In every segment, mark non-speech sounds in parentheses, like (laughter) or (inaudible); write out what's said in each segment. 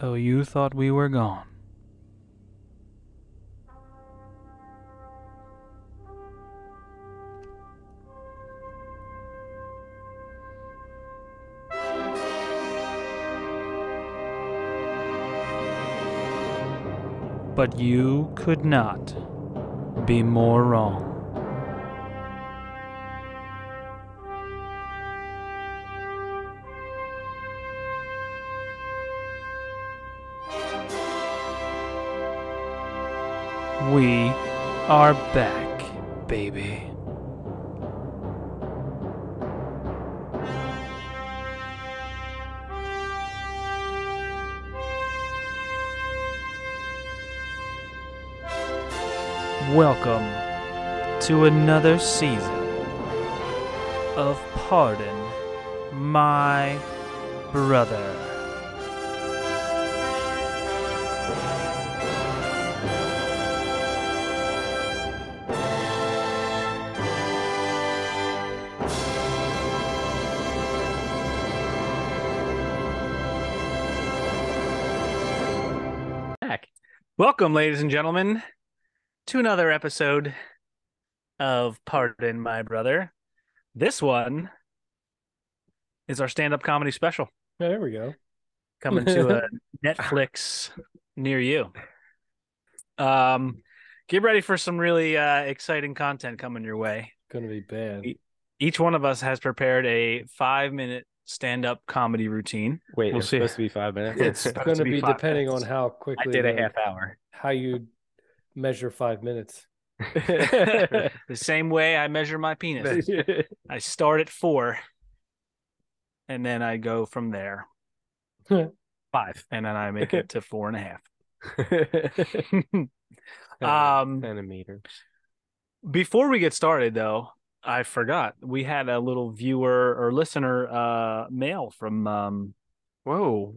So Oh, you thought we were gone. But you could not be more wrong. We are back, baby. Welcome to another season of Pardon My Brother. back. Welcome, ladies and gentlemen, to another episode of Pardon My Brother. This one is our stand up comedy special Yeah, Oh, there we go. coming to a Netflix near you. Um, get ready for some really uh, exciting content coming your way. Gonna be bad. Eat- Each one of us has prepared a five minute stand up comedy routine. Wait, We'll it's see. supposed to be five minutes. It's It's supposed gonna to be, be five depending minutes. on how quickly I did a the- half hour. how you measure five (laughs) minutes. (laughs) the same way I measure my (laughs) penis. I start at four, and then I go from there, Five. and then I make it to four and a half. um, centimeter. before we get started, though, I forgot we had a little viewer or listener uh, mail from um, Whoa.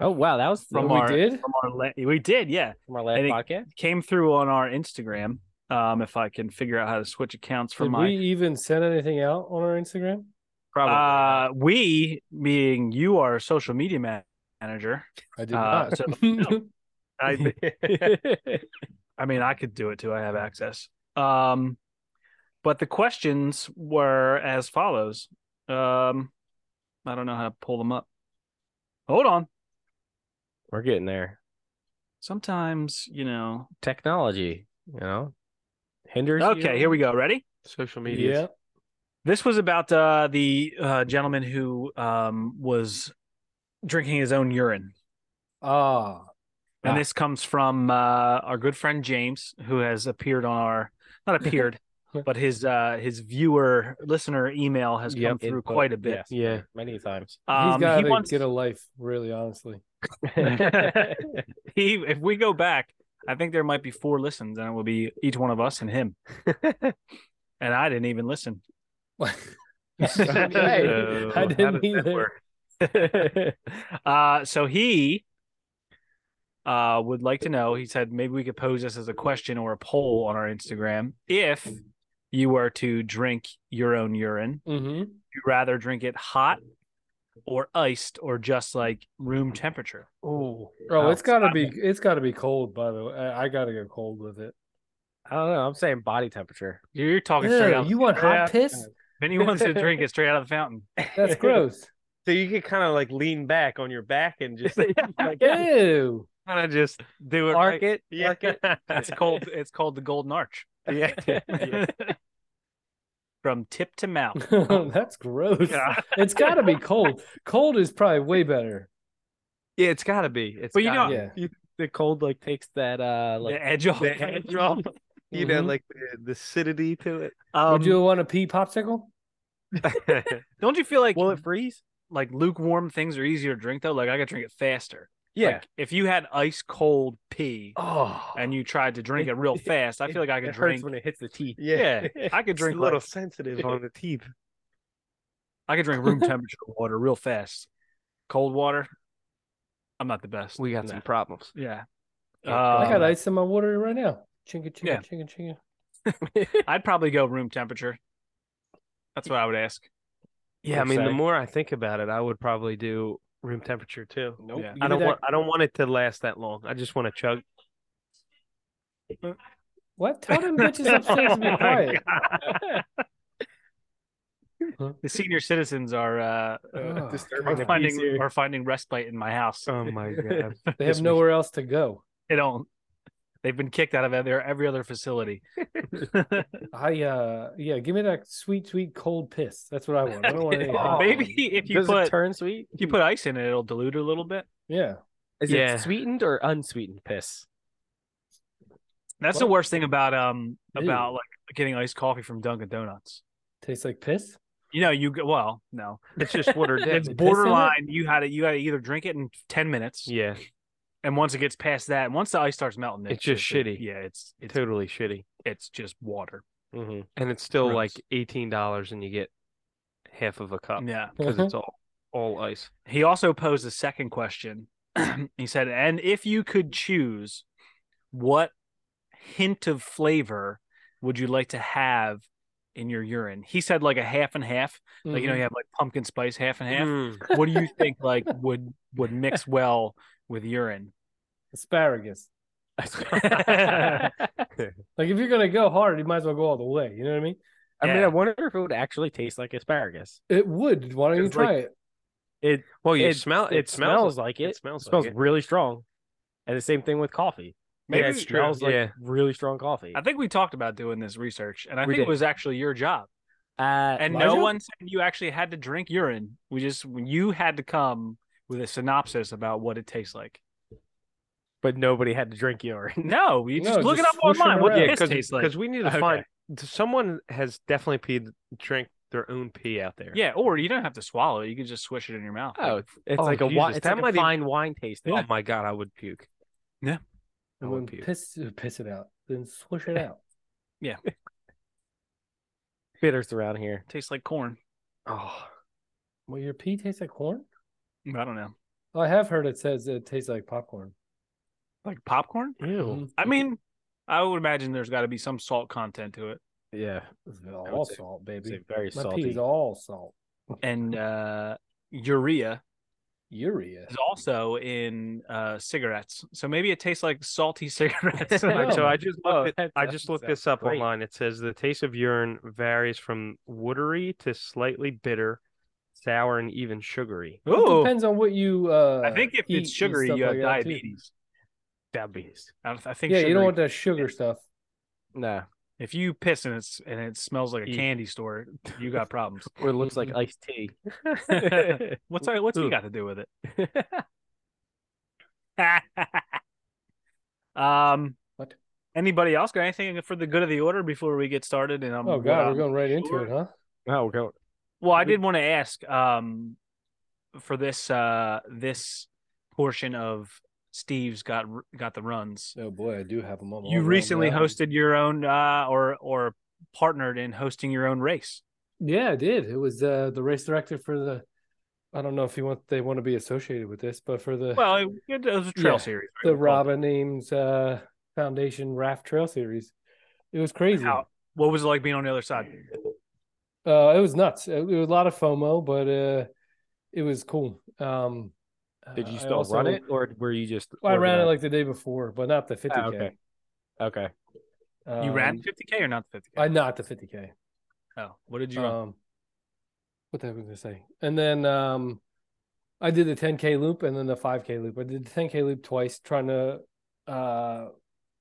Oh wow, that was From we our- did? from our la- we did, yeah, from our last and it- podcast. came through on our Instagram. Um, if I can figure out how to switch accounts for Did my we even send anything out on our Instagram? uh, we being you are a social media ma- manager. I did Uh, not. (laughs) so- no. (laughs) I Probably. I mean, I could do it too. I have access. Um, but the questions were as follows. Um, I don't know how to pull them up. Hold on. (laughs) We're getting there. Sometimes, you know. Technology, you know, hinders. Okay, here we go. Ready? Social yeah. This was about uh, the uh, gentleman who um, was drinking his own urine. Ah. And Ah. this comes from uh, our good friend James, who has appeared on our (laughs) not appeared, but his uh, his viewer listener email has come Yep. through Input. quite a bit. Yes. Yeah. Many times. He's Um, gotta he wants get a life, (laughs) really honestly. he if we go back, I think there might be four listens, and it will be each one of us and (laughs) him. and I didn't even listen. (laughs) Okay. I uh, how didn't either. (laughs) Uh, so he uh, would like to know. He said maybe we could pose this as a question or a poll on our Instagram. If you were to drink your own urine, hmm you would rather drink it hot or iced or just like room temperature? Oh. Oh, Oh, it's gotta I- be it's gotta be cold, by the way. I, I gotta go cold with it. I don't know. I'm saying body temperature. You're talking straight Ew, out. you want hot Yeah. piss? If anyone (laughs) wants to drink it straight out of the fountain, (laughs) That's gross. So you could kind of like lean back on your back and just (laughs) like, Ew. kind of just do it. Arc it. yeah. Arc it. (laughs) it's called it's called the Golden Arch. (laughs) (laughs) Yeah. From tip to (laughs) mouth. (laughs) That's gross. It's got to be cold. Cold is probably way better. Yeah, it's gotta be. It's But you gotta know- be. Yeah. You- the cold like takes that uh like the edge off. (laughs) the edge off. You know, Mhm. like the, the acidity to Um, Would you want a pea popsicle? it. don't you feel like Will it freeze? like lukewarm things are easier to drink though? Like I could drink it faster. Yeah. Like, if you had ice cold pee Oh, and you tried to drink it real fast, I feel like I could it hurts drink. when it hits the teeth. Yeah, I could It's drink a little like- sensitive on the teeth. I could (laughs) drink room temperature water real fast. Cold water, I'm not the best. We got some problems. (laughs) Uh, yeah. I got Um, ice in my water right now. Chinga, chinga, Yeah. chinga, chinga. I'd probably go room temperature. That's what I would ask. Yeah, I per mean, the se. more I think about it, I would probably do room temperature too. Nope. Yeah. You I did don't that- want. I don't want it to last that long. I just want to chug. What? Tell them bitches upstairs (laughs) Oh to be my quiet. God. The senior citizens are uh, Oh, are disturbing the peace finding here. are finding respite in my house. (laughs) (laughs) Oh my (laughs) god! They have nowhere else to go. They don't. They've been kicked out of their every other facility. I uh yeah, give me that sweet, sweet cold piss. That's what I want. I (laughs) don't want any Oh, hot Maybe one. if you Does put it turn sweet? if you put ice in it, it'll dilute it a little bit. Yeah. Is Yeah. it sweetened or unsweetened piss? That's the What? worst thing about um Ew. about like getting iced coffee from Dunkin' Donuts. Tastes like piss. You know, you go well, (laughs) no, It's just water it's down. piss in it? borderline. You had to You had to either drink it in ten minutes, yeah, and once it gets past that, and once the ice starts melting, It's just shitty. yeah, it's it's totally shitty. it's just water. hmm And it's still Gross. like eighteen dollars, and you get half of a Oh. cup Yeah. because mm-hmm. it's all all ice. He also posed a second question. (clears throat) he said, "And if you could choose, what hint of flavor would you like to have in your urine?" He said, like a half and half. Like you know, Mhm. you have like pumpkin spice half and half. Mm. (laughs) what do you think like would would mix well with urine? asparagus. (laughs) (laughs) I Like if you're gonna go hard, you might as well go all the way. You know what I mean? mean, Yeah. I wonder if it would actually taste like asparagus. It would. Why don't you It's like- try it? Well, you It- smell. It, it smells like it. It smells. It smells like it. really strong. And the same thing with coffee. Maybe- it That's true. smells like Yeah. really strong coffee. I think we talked about doing this research, and I We think it did. was actually your job. Uh, And my no job? one said you actually had to drink urine. We just you had to come with a synopsis about what it tastes like. but nobody had to drink (laughs) urine. No, you just No, look just it up swoosh it online. What around. yeah, Yeah, (laughs) piss because tastes like? we need to Okay. find someone has definitely peed, drank their own pee out there. Yeah, or you don't have to swallow. it. You can just swish it in your mouth. Oh, it's, it's Oh, like a wine. Jesus, It's that like might a be- fine wine tasting. Oh my god, I would puke. Yeah. I And would then puke. piss piss it out. Then swish it out. bitters around here. tastes like corn. Oh, Well, your pee tastes like corn? I don't know, Oh, I have heard it says it tastes like popcorn. like popcorn. mm-hmm. Ew. Mm. I mean, I would imagine there's got to be some salt content to it, Yeah. It's I all would say- salt, It's baby. very My salty. pee is all salt. (laughs) and uh, urea Urea. is also in uh, cigarettes. So maybe it tastes like salty (laughs) cigarettes. (laughs) Alright, so I just Oh, looked. it- that I doesn't just looked sound this up great. online. It says the taste of urine varies from watery to slightly bitter, sour, and even sugary. It Ooh, depends on what you. Uh, I think if eat and it's sugary, stuff you have like that, too. diabetes. Diabetes. I, don't- I think. Yeah, you sugary- don't want that sugar stuff. No. If you piss and it's and it smells like a Eat. candy store, you got (laughs) problems. (laughs) Or it looks Mm-hmm. like iced tea. What's our, what's he Ooh. got to do with it? (laughs) um, What? Anybody else got anything for the good of the order before we get started? And I'm Oh God, um, we're going right into it, huh? oh, go. well, I we- did want to ask um for this uh this portion of Steve's got r- got the runs. Oh boy, I do have them on. You recently hosted your own uh or or partnered in hosting your own race. Yeah, I did. It was uh, the race director for the. I don't know if you want they want to be associated with this, but for the Well, it, it was a trail Yeah, series. right? the We called it. Robin Eames uh, Foundation Raft Trail Series, it was crazy. How- What was it like being on the other side? Uh, it was nuts. It, it was a lot of FOMO, but uh, it was cool. Um, Did uh, you I still also- run it, or were you just? Well, I ran it organized? like the day before, but not the 50k. okay. okay. Ah, You ran Um, 50k or not 50k? I not the 50k. Oh, what did you run? Um, what the heck was I gonna say? And then um, I did the 10k loop and then the 5k loop. I did the 10k loop twice, trying to uh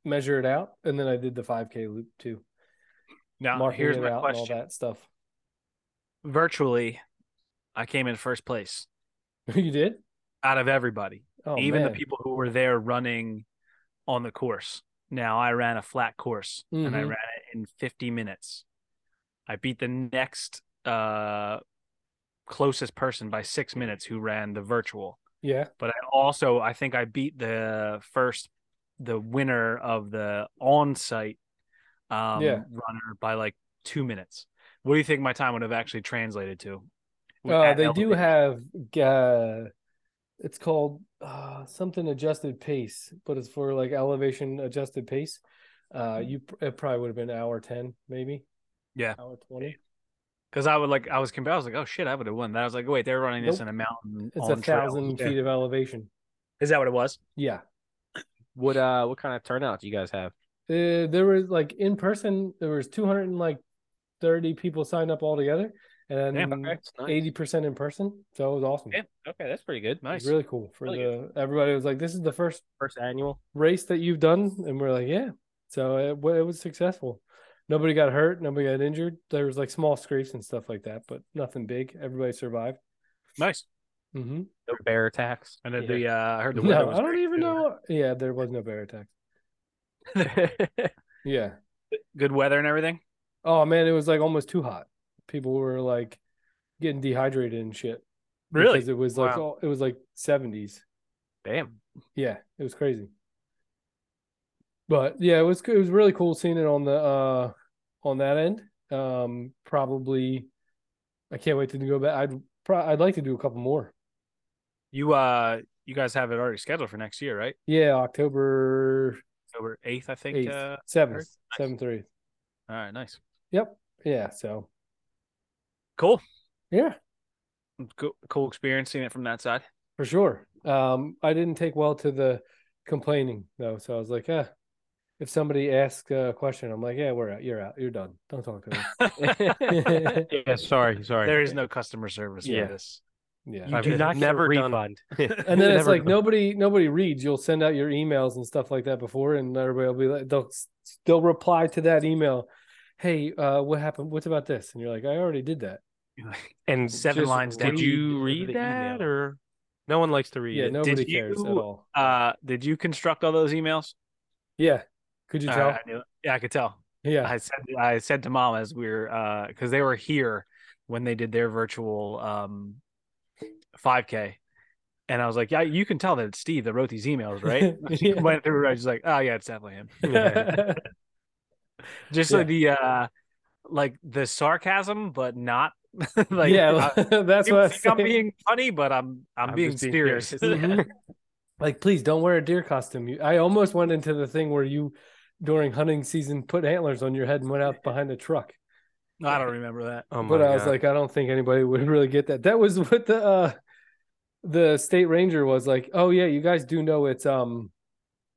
measure it out, and then I did the 5k loop too, Now, marking here's it my out and all question. that stuff. (laughs) Virtually, I came in first place you did? out of everybody, Oh, even the man. people who were there running on the course. Now, I ran a flat course and I Mhm. ran it in 50 minutes. I beat the next uh, closest person by six minutes who ran the virtual. Yeah. but I also I think I beat the first the winner of the on-site um, Yeah. runner by like two minutes. What do you think my time would have actually translated to? Uh, At they do elevated. have uh, it's called uh, something adjusted pace, but it's for like elevation adjusted pace. Uh, you pr- it probably would have been hour ten, maybe. Hmm. Yeah. hour twenty. Because I would like, I was compared. I was like, oh shit, I would have won that. I was like, wait, they're running this Nope. in a mountain. It's on a trail. thousand Yeah. feet of elevation. Is that what it was? Yeah. What uh what kind of turnout do you guys have? Uh, there was like in person, there was 200 and like 30 people signed up altogether and Damn, That's nice. 80% in person. So it was awesome. Yeah, okay, that's pretty good. It was Nice. really cool for Really the everybody was like, this is the first First annual. race that you've done, and we're like, yeah. So it, wa- it was successful. Nobody got hurt. Nobody got injured. There was like small scrapes and stuff like that, but nothing big. Everybody survived. Nice. hmm No bear attacks. And then Yeah. the uh, I heard the weather No, was I don't great, even too. know. Yeah, there was no bear attack. Yeah. (laughs) good weather and everything. Oh man, it was like almost too hot. People were like getting dehydrated and shit. Really? Because it was like Wow. all, it was like seventies. Damn. Yeah, it was crazy. But yeah, it was it was really cool seeing it on the uh on that end. Um probably I can't wait to go back. I'd pro- I'd like to do a couple more. You uh, you guys have it already scheduled for next year, right? Yeah, October October eighth, I think. eighth, Uh, seventh, nice. seventh or eighth. all right, nice, Yep. Yeah, so cool, yeah, cool, cool experience seeing it from that side. for sure. Um I didn't take well to the complaining though, so I was like, eh. If somebody asks a question, I'm like, yeah, we're out. You're out. You're done. Don't talk to me. (laughs) (laughs) there uh, Yeah, sorry, sorry. is no customer service Yeah. for this. Yeah. You I've do not get a never (laughs) refund. Done. and then it's Never like done. nobody nobody reads you'll send out your emails and stuff like that before and everybody will be like they'll they'll reply to that email hey uh what happened what's about this and you're like i already did that and Seven just lines down. Did you read that or no one likes to read yeah it? nobody did cares at you- all Uh, did you construct all those emails? yeah could you All tell right, I knew it. Yeah, I could tell. yeah I said I said to mom as we were uh because they were here when they did their virtual um 5k and I was like yeah you can tell that it's Steve that wrote these emails right (laughs) Yeah. went through I was just like oh yeah it's definitely him (laughs) just Yeah. so the uh like the sarcasm but not (laughs) (laughs) like yeah I, (laughs) that's you (laughs) what I was think I'm saying. being funny but I'm I'm, I'm being just being serious, serious. Mhm. like please don't wear a deer costume you, i almost went into the thing where you during hunting season put antlers on your head and went out behind a truck (laughs) I don't remember that Oh my but I was God. like, I don't think anybody (laughs) would really get that. That was what the uh the state ranger was like. Oh yeah, you guys do know it's um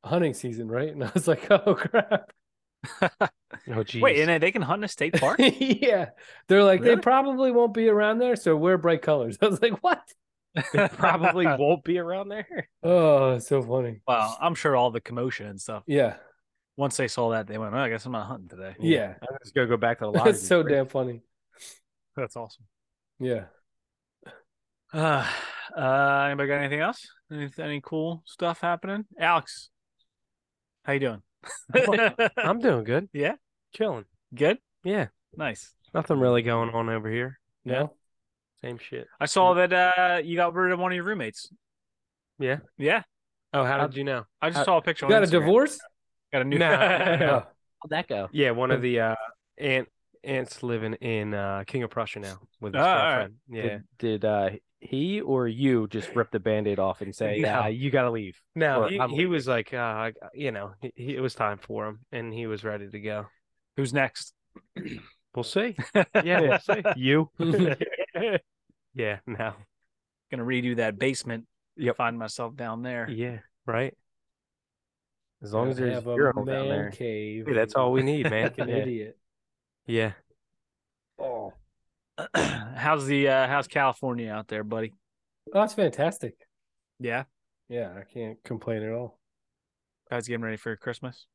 hunting season, right? (laughs) And I was like, oh crap. (laughs) oh geez. wait (laughs) and uh, they can hunt in a state (laughs) park yeah, they're like they Really? probably won't be around there, so wear bright colors. (laughs) I was like, what? Probably (laughs) won't be around there. Oh, it's so funny. (laughs) well I'm sure all the commotion and stuff Yeah, once they saw that they went oh, I guess I'm not hunting today yeah, (laughs) I'm just gonna go back to the lottery. that's so damn funny. that's awesome. Yeah, (sighs) Uh, uh, anybody got anything else? Any, any cool stuff happening? Alex, how you doing? (laughs) I'm doing good. Yeah? Chilling. Good. Yeah. Nice. Nothing really going on over here. no, Same shit. I saw that uh, you got rid of one of your roommates. Yeah? Yeah. Oh, how How- did you know? I just Uh, saw a picture. You on got a Instagram. divorce? Got a new. (laughs) No. Oh, (laughs) How'd that go? Yeah, one of the uh aunt aunts living in uh King of Prussia now with his Oh, all right. girlfriend. Yeah. Did, did uh he or you just rip the band-aid off (laughs) and say, No. "Nah, you gotta leave. No, Or he, I'm he was like, uh, I- you know, he, he- it was time for him, and he was ready to go. (laughs) Who's next? We'll see. (laughs) Yeah, we'll see. (laughs) You. yeah. No. Gonna redo that basement. Yep. Find myself down there. Yeah. Right. As long as gotta there's have a urinal man down there. cave. Hey, that's all we need, (laughs) man. An yeah. idiot. yeah. Oh, (clears throat) how's the uh, how's California out there, buddy? that's Oh, fantastic. Yeah. Yeah, I can't complain at all. Guys, getting ready for Christmas.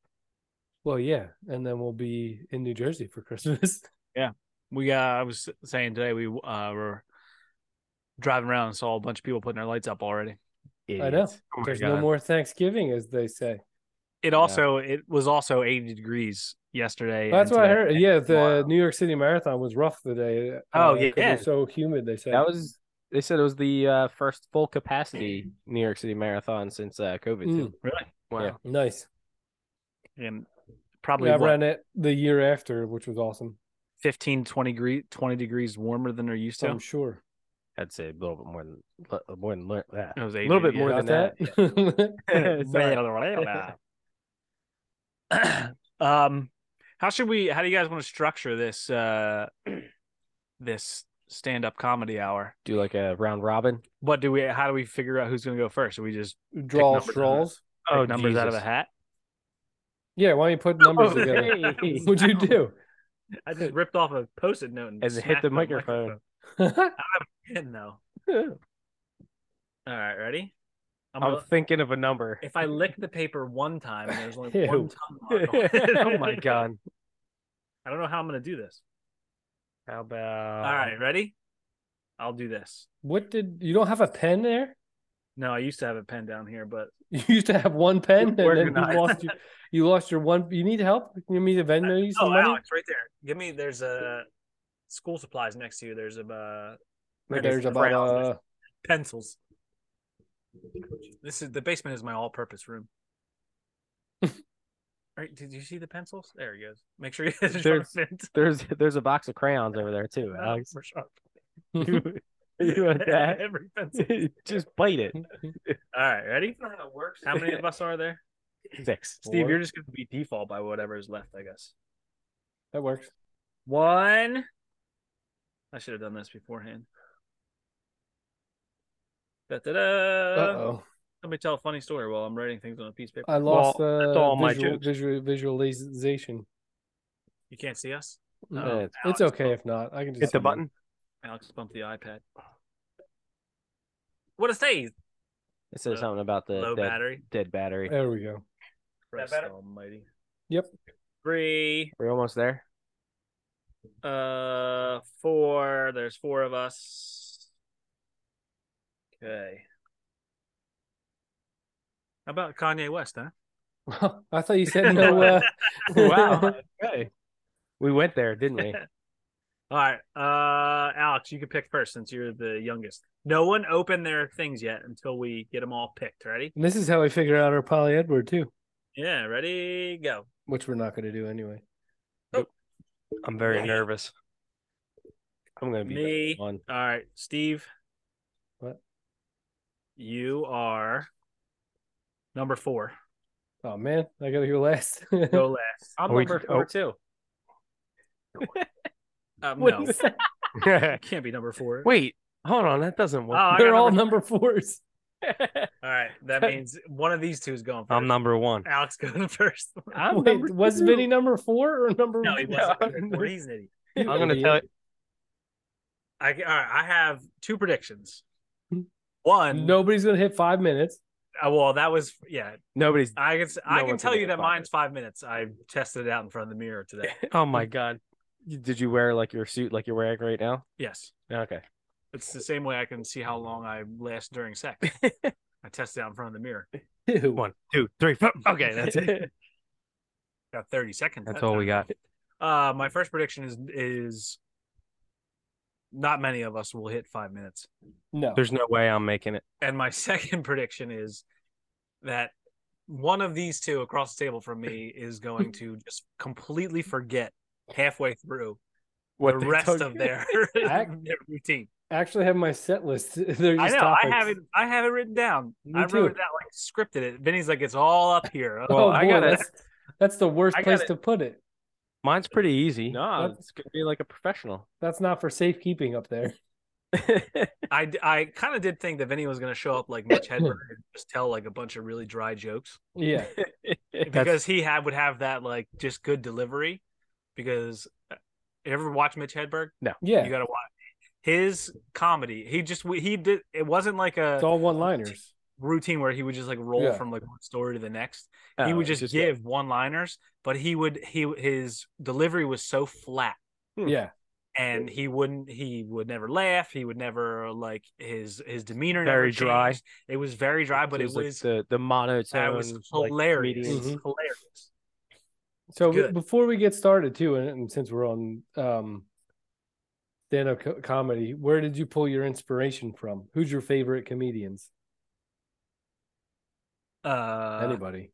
Well, yeah, and then we'll be in New Jersey for (laughs) Christmas. we uh, I was saying today we uh were driving around and saw a bunch of people putting their lights up already. I know. Idiots. Oh my There's no God. more Thanksgiving, as they say. It also it was also 80 degrees yesterday. That's and what I today. heard. Yeah, the tomorrow. New York City Marathon was rough today. Oh, 'cause it was yeah. so humid. They said That was they said it was the uh, first full capacity New York City marathon since uh, COVID Mm. too. Really? Wow. nice. And probably Yeah, I what, ran it the year after, which was awesome. 15 20 degree 20 degrees warmer than they're used to. I'm sure. I'd say a little bit more than li- more than li- that. It was a little 80, bit more yeah. than Got that. that? (laughs) (laughs) (clears throat) um how should we how do you guys want to structure this uh (clears throat) this stand up comedy hour. Do like a round robin. What do we? How do we figure out who's going to go first? Do we just Draw numbers out of straws. pick Oh, numbers out of a Jesus. hat? Yeah, why don't you put numbers together? What'd you do? I just ripped off a post-it note and As it hit smacked the my microphone. (laughs) microphone. No. All All right, ready? I'm I'm gonna- thinking of a number. (laughs) (laughs) if I lick the paper one time and there's only (laughs) Ew. one tongue mark on it, oh (laughs) my god. I don't know how I'm gonna do this. How about All right, ready? I'll do this. (laughs) What did you don't have a pen there? No, I used to have a pen down here, but (laughs) You used to have one pen, and then you Organized. lost your, you lost your one. You need help. You need a vendor. You need oh, some money. wow, it's right there. Give me. There's a school supplies next to you. There's a uh, But There's there's about crayons, uh, pencils. This is the basement is my all-purpose (laughs) room. All right, did you see the pencils? There he goes. Make sure you (laughs) There's- There's there's a box of crayons over there too, Alex. For sure. (laughs) you, (laughs) you want that? Every pencil. Just bite uh, it. hmm, All right, ready? How many of us are there? (laughs) Six. (laughs) Steve, Four. you're just going to be default by whatever is left, I guess. that works. One. I should have done this beforehand. Da, da, Uh da. oh, Let me tell a funny story while I'm writing things on a piece of paper. I lost well, the that's all my visual, jokes. visual- visualization. you can't see us? No, Uh, it's- it's Alex okay if not. I can just hit the move. button? Alex bumped the iPad. What a save! It says Uh, something about the Low dead, battery. dead battery. There we go. Christ better? almighty. Yep. (laughs) Three, We're almost there. uh, four. There's four of us. Okay. How about Kanye West, huh? I thought you said no. Uh... wow. Okay. We went there, (laughs) didn't we? All right, uh, Alex, you can pick first since you're the youngest. No one opened their things yet until we get them all picked. Ready? And (laughs) this is how we figure out our Polly Edward too, Yeah, ready, go. which we're not going to do anyway. I'm very Me. nervous. I'm gonna be the Me. one. All right, Steve. What? You are number (laughs) four. Oh man, I got to go last. (laughs) Go last. I'm Are we- number oh. four too. Um, What no, is that? (laughs) it (laughs) can't be number four. Wait, hold on, that doesn't Oh, work. I They're got all number- number fours. all right. That means one of these two is going first. I'm number (laughs) one. Alex going first. I'm Wait, number was two. Vinny number four or (laughs) number? no, he one? wasn't. I'm number four. He's an idiot. I'm gonna tell you I, all right, I have two (laughs) predictions. Hmm. One, Nobody's gonna hit five minutes. uh, well, that was yeah. (laughs) Nobody's I can s- I No can one's tell gonna you get that five mine's five minutes. I tested it out in front of the mirror today. (laughs) Oh my god. did you wear like your suit like you're wearing right now? yes, Okay. it's the same way I can see how long I last during sex. (laughs) I tested it out in front of the mirror. (laughs) Ew. One, two, (laughs) three, four. Okay, (laughs) that's it. Got thirty seconds. That's that all we time. got. Uh, my first prediction is is not many of us will hit five minutes. No. There's no way I'm making it. And my (laughs) second prediction is that one of these two across the table from me is going to just completely forget halfway through What the they rest took- of (laughs) (laughs) their, (laughs) Act- their routine. I actually have my set list. (laughs) They're I just know. topics. I have it. I have it written down. Me I wrote too. it down, like scripted it. Vinny's like, it's all up here. Oh, Well, I boy, gotta- That's, that's the worst I place gotta- to put it. Mine's pretty easy. No, That's- it's gonna be like a professional. (laughs) That's not for safekeeping up there. I, I kind of did think that Vinny was going to show up like Mitch Hedberg (laughs) and just tell like a bunch of really dry jokes Yeah. because he had would have that like just good delivery. Because uh, you ever watch Mitch Hedberg? Yeah. You got to watch his comedy. He just he did. It wasn't like it's a all one liners. routine where he would just like roll Yeah. from like one story to the next. he Oh, would it's just, give one liners, but he would he his delivery was so flat, Hmm. Yeah. and he wouldn't he would never laugh. He would never uh, like his his demeanor never Very dry. changed. It was very dry, but it was, like the the monotone. that was like, hilarious, comedian. comedians. hilarious. So Good. before we get started too, and, and since we're on um stand-up co- comedy, where did you pull your inspiration from? Who's your favorite comedians? Uh, Anybody?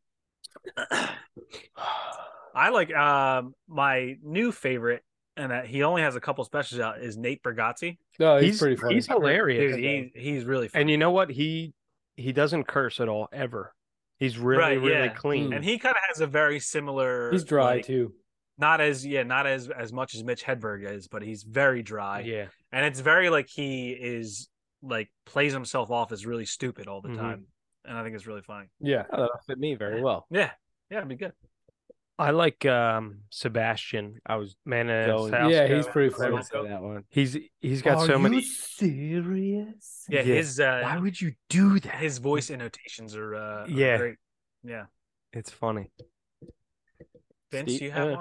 I like um my new favorite, and uh, he only has a couple specials out. Is Nate Bargatze? No, he's, He's pretty funny. He's hilarious. Dude, he, he's really funny. And you know what? He he doesn't curse at all ever. He's really Right, really yeah. clean. And he kind of has a very similar. He's dry like, too. Not as yeah, not as as much as Mitch Hedberg is, but he's very dry, yeah. and it's very like he is like plays himself off as really stupid all the Mhm. time, and I think it's really funny. Yeah. Oh, that'll fit me very well. Yeah, yeah, it'd be good. I like um Sebastian. I was man of Going- South Yeah, he's Scout. pretty I funny. would say that one. He's he's got so many. serious? (laughs) Yeah, Yeah. his uh, would you do his voice annotations are uh, are Yeah. great. yeah. It's funny. Vince, Steve- you have uh,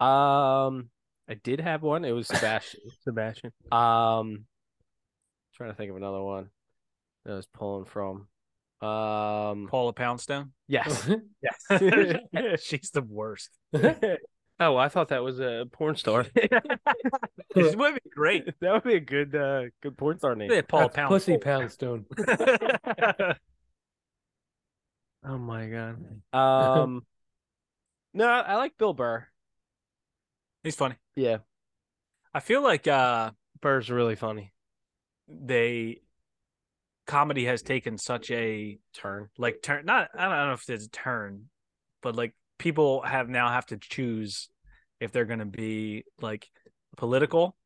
one. Um, I did have one. It was Sebastian. (laughs) Sebastian. um, trying to think of another one that I was pulling from. Um, Paula Poundstone. yes, Yes, (laughs) she's the worst. Oh, I thought that was a (laughs) porn star. It would be great. that would be a good, uh, good (laughs) porn star name. Yeah, Paula That's Pussy Poundstone. Poundstone. (laughs) oh my god. Um, no, I like Bill Burr. (laughs) he's funny. Yeah, I feel like uh Burr's really funny. they comedy has taken such a turn. like turn not I don't know if it's a turn, but like people have now have to choose if they're gonna be like political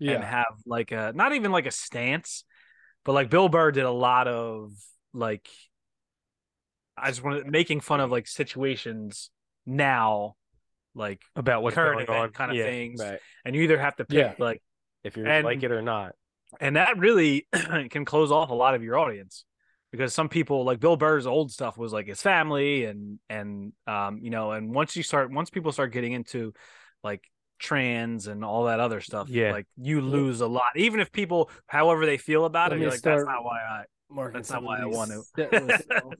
and Yeah. have like a not even like a stance, but like Bill Burr did a lot of like I just wanted making fun of like situations now, like About what's current event going on. kind of yeah. things, Right. and you either have to pick Yeah. like, If you And- like it or (laughs) not. and that really (clears throat) can close off a lot of your audience because some people like Bill Burr's old stuff was like his family and and um you know and once you start once people start getting into like trans and all that other stuff Yeah. like you lose a lot even if people however they feel about Let it me you're like start- that's not why (laughs) I Marking That's not some of why I these want to. (laughs) sentence.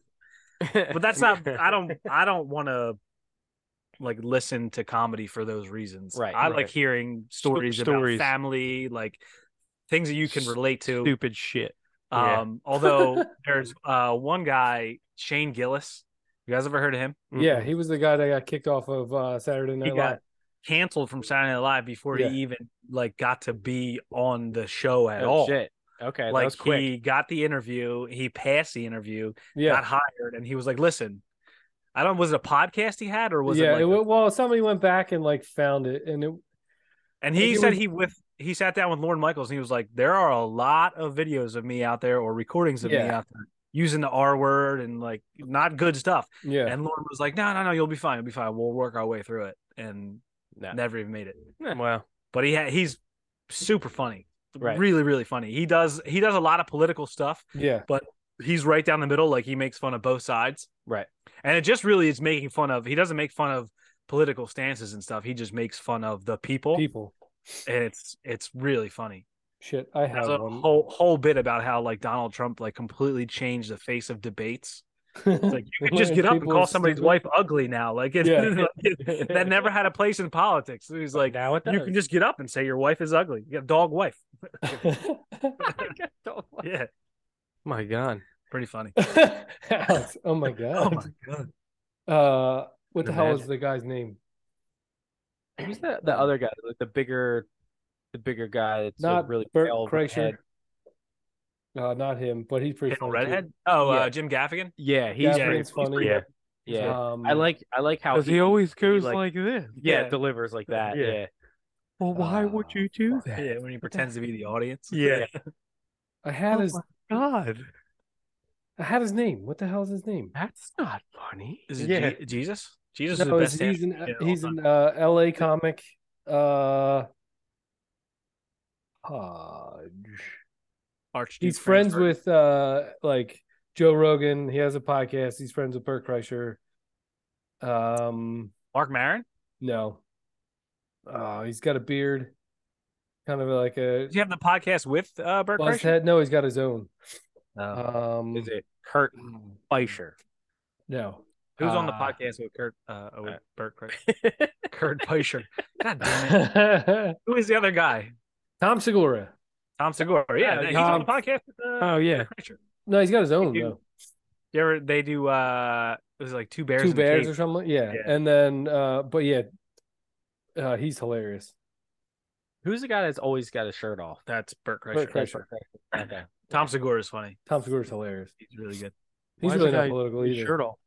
but that's (laughs) (laughs) not I don't I don't want to like listen to comedy for those reasons. Right, I right. like hearing stories, stories. about family, like things that you can S- relate to. Stupid shit. yeah. Um (laughs) although there's uh one guy, Shane Gillis. You guys ever heard of him? yeah, he was the guy that got kicked off of uh, Saturday Night mm-hmm. He Live. got canceled from Saturday Night Live before Yeah. he even like got to be on the show at Oh, all. shit. Okay, that Like was quick. (laughs) he got the interview, he passed the interview, yeah, got hired, and he was like, "Listen, I don't. Was it a podcast he had, or was yeah. it like it a- wa- well, somebody went back and like found it, and it And Like, he it said was- he with he sat down with Lauren Michaels and he was like, "There are a lot of videos of me out there or recordings of me Yeah. out there using the R word and like not good stuff." yeah, And Lauren was like, "No, no, no, you'll be fine. You'll be fine. We'll work our way through it." And No. never even made it. Wow. But he ha- he's super funny, Right. (laughs) really, really funny. He does he does a lot of political stuff. yeah, He's right down the middle. Like he makes fun of both sides. Right. And it just really is making fun of. He doesn't make fun of political stances and stuff. He just makes fun of the people, people. and it's it's really funny. Shit, I have There's a one. (laughs) whole whole bit about how like Donald Trump like completely changed the face of debates. It's like (laughs) you can just get up and People call are somebody's stupid. wife ugly now. (laughs) Like it, Yeah. like, that never had a place in politics. It was like now it you can just get up and say your wife is ugly. You got dog wife. (laughs) Yeah, My god. pretty funny. (laughs) Alex, oh my (laughs) Oh god. my god. Uh, what the hell is Imagine. the guy's name? Who's that? The other guy, like the bigger, the bigger guy. That's like Not really Bert pale with Kreischer. head. No, not him, but he's pretty Pale funny. too. redhead. Oh, Yeah. uh, Jim Gaffigan. Yeah, he's Yeah, pretty, it's he's funny. pretty- Yeah. yeah. Um, I like I like how Because Mm. he always goes like- like, this. yeah, yeah. delivers like that. Yeah. Yeah, Well, why would Uh, you do that? Yeah, when he pretends to be the audience. (laughs) Yeah. I had Oh his. God. I had his name. What the hell is his name? That's not funny. (laughs) Is it yeah. Je- Jesus? Jesus No, is he's, the best. he's an answer. Yeah, he's all an uh, L.A. comic. Uh, Hodge. Archduke he's friends Franz Ferdinand. with uh like Joe Rogan. He has a podcast. He's friends with Bert Kreischer. Um, Mark Maron. no. Uh, he's got a beard, kind of like a Did you have the podcast with uh, Bert buzz Kreischer? head. No, he's got his own. Oh. Um, is it Kurt Fleischer? No. Who's on the Uh, podcast with Kurt? Uh, oh, with uh, Bert Kreischer. (laughs) Kurt Kreischer. God damn it! Tom Who is the other guy? Segura. Tom Segura. Yeah, Yeah, he's on the Tom. podcast with uh, Oh yeah. Bert Kreischer. No, he's got his own do though. You ever they do? uh It was like two bears. Two and a bears Cave. or something. Yeah. Yeah. and then uh, but yeah, uh, he's hilarious. Who's the guy that's always got his shirt (clears throat) off? That's Bert Kreischer. Bert Kreischer. Okay. Tom Segura is funny. Tom Segura's hilarious. He's really good. He's Why is really the not guy political His either. shirt off.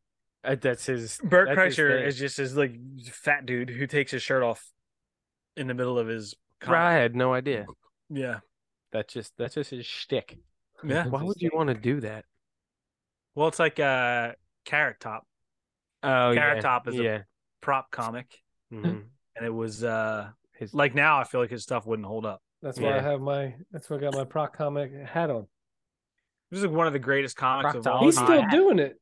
Uh, that's his. Bert that's his Kreischer thing. is just this like fat dude who takes his shirt off in the middle of his comic. I had no idea. Yeah. That's just that's just his shtick. Yeah. Why would you want to do that? Well, it's like uh Carrot Top Oh, Carrot yeah. Top is a- yeah. prop comic Mm-hmm. Mhm. and it was uh His like now I feel like his stuff wouldn't hold up. That's why I Yeah. have my. That's why I got my proc comic hat on. This is one of the greatest comics of Proctol- all He's time. still doing it.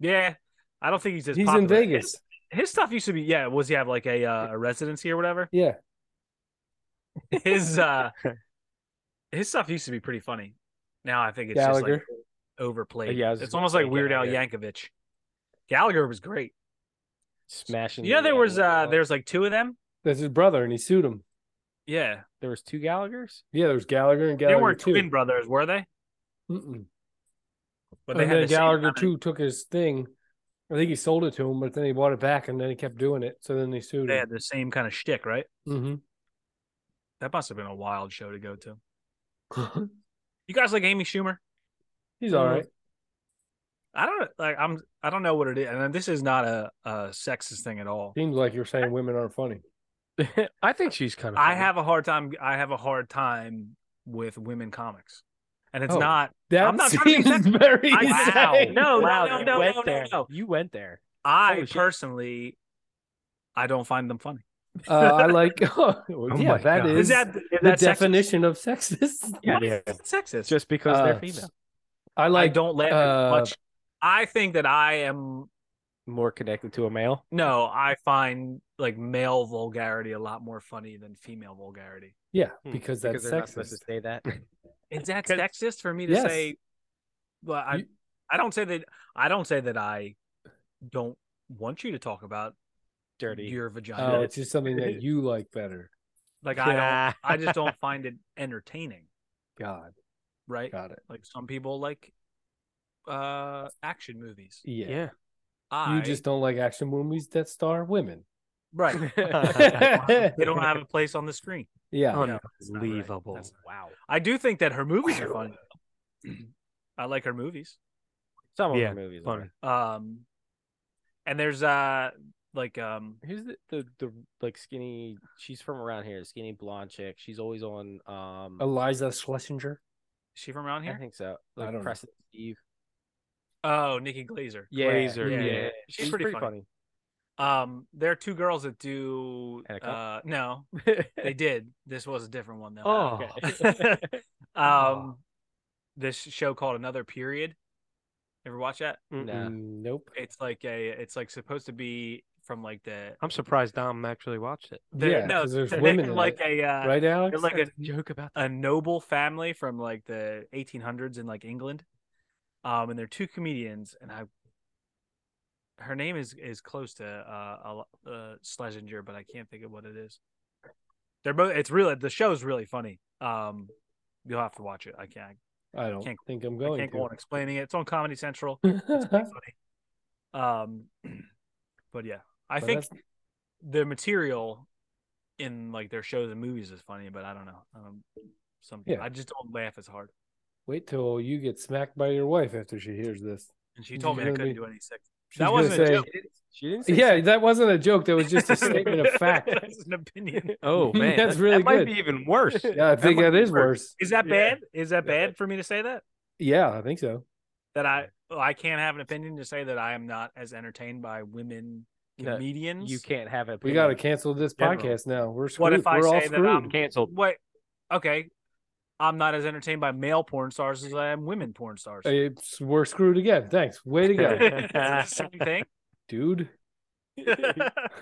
yeah. I don't think he's as He's in popular. Vegas. His, his stuff used to be yeah, was he have like a uh, a residency or whatever? Yeah, His uh his stuff used to be pretty funny. Now I think it's just like Gallagher. overplayed. Yeah, I Yeah, was it's gonna almost say like Weird Al Gallagher. Yankovic. Gallagher was great. Smashing. Yeah, the there was uh animal. there was like two of them. that's his brother, and he sued him. Yeah, there was two Gallagher's. Yeah, there's Gallagher and they Gallagher weren't two. twin brothers, were they? Mm-mm. But they and had then the same Gallagher kind of- two took his thing. I think he sold it to him, but then he bought it back, and then he kept doing it. So then they sued They him. had the same kind of shtick, right? Mhm. That must have been a wild show to go to. You guys like Amy Schumer? (laughs) (laughs) He's all Mm-hmm. Mhm. right. I don't like. I'm. I don't know what it is, and this is not a, a sexist thing at all. Seems like you're saying women aren't funny. I think she's kind of. I have a hard time. I have a hard time with women comics, and it's Oh. not. That I'm not trying to be seems very I- Wow. (laughs) sad. No, no, wow, no, you no, went no, no, there. no. You went there. I Oh, shit. personally, I don't find them funny. Uh, I like. (laughs) Oh, yeah, my that God. is Is that is the that definition of sexist. (laughs) Sexist? Yeah. What is sexist. Just because Uh, they're female, I like. I don't laugh uh, as much. I think that I am. more connected to a male. No, I find like male vulgarity a lot more funny than female vulgarity. Yeah, because Mm, Hmm, Because that's they're not supposed sexist. to say that. Is that 'Cause- sexist for me to Yes. say? Well, I You- I don't say that. I don't say that I don't want you to talk about (laughs) Dirty. your vagina. Oh, it's just something (laughs) that you like better. like I don't. (laughs) I just (laughs) don't find it entertaining, God, right? got it. Like some people like uh action movies. Yeah. (laughs) Yeah. I You just don't like action movies that star women. (laughs) (laughs) right. they don't have a place on the screen. Yeah. no, that's not right. Unbelievable. That's- wow. I do think that her movies are funny. (clears throat) I like her movies. Some of Yeah, the movies. funny. Are. Um, and there's uh like um Who's the, the the like skinny? She's from around here. Skinny blonde chick. She's always on. Um, Eliza Schlesinger. is she from around I here? think so. I Like don't know. Preston Steve. Oh, Nikki Glazer. Yeah, Glazer, yeah, yeah. yeah. She's pretty funny. Um, there are two girls that do. And a cop? Uh, no, they did. This was a different one though. Oh, Okay. (laughs) um, this show called Another Period. Ever watch that? Nah. Nope. It's like a. It's like supposed to be from like the. I'm surprised Dom actually watched it. they're- yeah, no, 'cause (laughs) there's they're women in like it, a. Uh, right, Alex? They're like a joke about a noble family from like the 1800s in like England. Um, and they're two comedians, and I. Her name is is close to uh, a- uh Schlesinger, but I can't think of what it is. They're both. It's really the show's really funny. Um, you'll have to watch it. I can't. I don't can't- think I'm I going can't go on explaining it. It's on Comedy Central. (laughs) to. Um, (clears throat) but yeah, I But think that's- the material in like their shows and movies is funny, but I don't know. Um, some Yeah. I just don't laugh as hard. Wait till you get smacked by your wife after she hears (laughs) this. And she told me I gonna couldn't be- do any sex. She's That gonna wasn't a say- joke. She didn't. Say Yeah, that wasn't a joke. That was just a statement of fact. (laughs) That's an (laughs) opinion. (laughs) Oh man, That's that- really that might good. be even (laughs) worse. Yeah, I think might that be is worse. Is that Yeah. bad? Is that bad for me to say that? Yeah, I think so. That I I can't have an opinion to say that I am not as entertained by women No, comedians. You can't have it. We got to cancel this General. podcast now. We're screwed. What if I We're all say that I'm screwed. canceled. Wait. Okay. I'm not as entertained by male porn stars as I am women porn stars. It's- we're screwed again. Thanks. Way (laughs) to go, It's the same thing. (laughs) dude.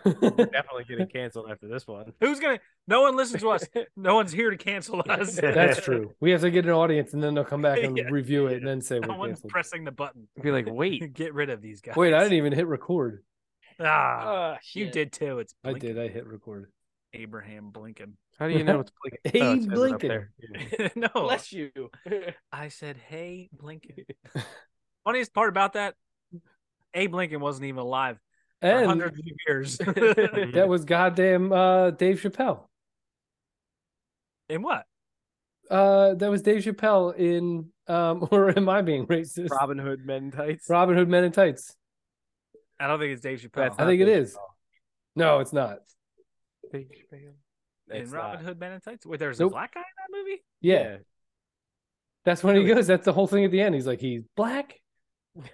definitely getting canceled after this (laughs) one. Who's gonna? No one listens to us. No one's here to cancel us. (laughs) (laughs) That's true. We have to get an audience, and then they'll come back and Yeah, review it, and (laughs) then say No we're one's canceled. pressing the button. Be like, (laughs) wait, Get rid of these guys. Wait, I didn't even hit record. (laughs) Ah, Ah, you shit. did too. It's I Blinken. did. I hit record. Abraham (laughs) Blinken. how do you know it's (laughs) Hey, blinking? Oh, it says it up (laughs) Blinken. there. Yeah. no, Oh. Bless you. I said, "Hey, (laughs) Blinken." Funniest part about that, Abe Lincoln wasn't even alive for And hundreds of (laughs) years. (laughs) that was goddamn uh, Dave Chappelle. In what? Uh, that was Dave Chappelle in um, (laughs) or am I being racist? Robin Hood men tights. Robin Hood Men in Tights. I don't think it's Dave Oh, Chappelle. I think it is. No, it's not. in uh, It's Robin not. Hood Man in Tights. Wait, there's a Nope. black guy in that (laughs) movie. (laughs) Yeah. That's when he goes. That's the whole thing at the end. He's like, he's black.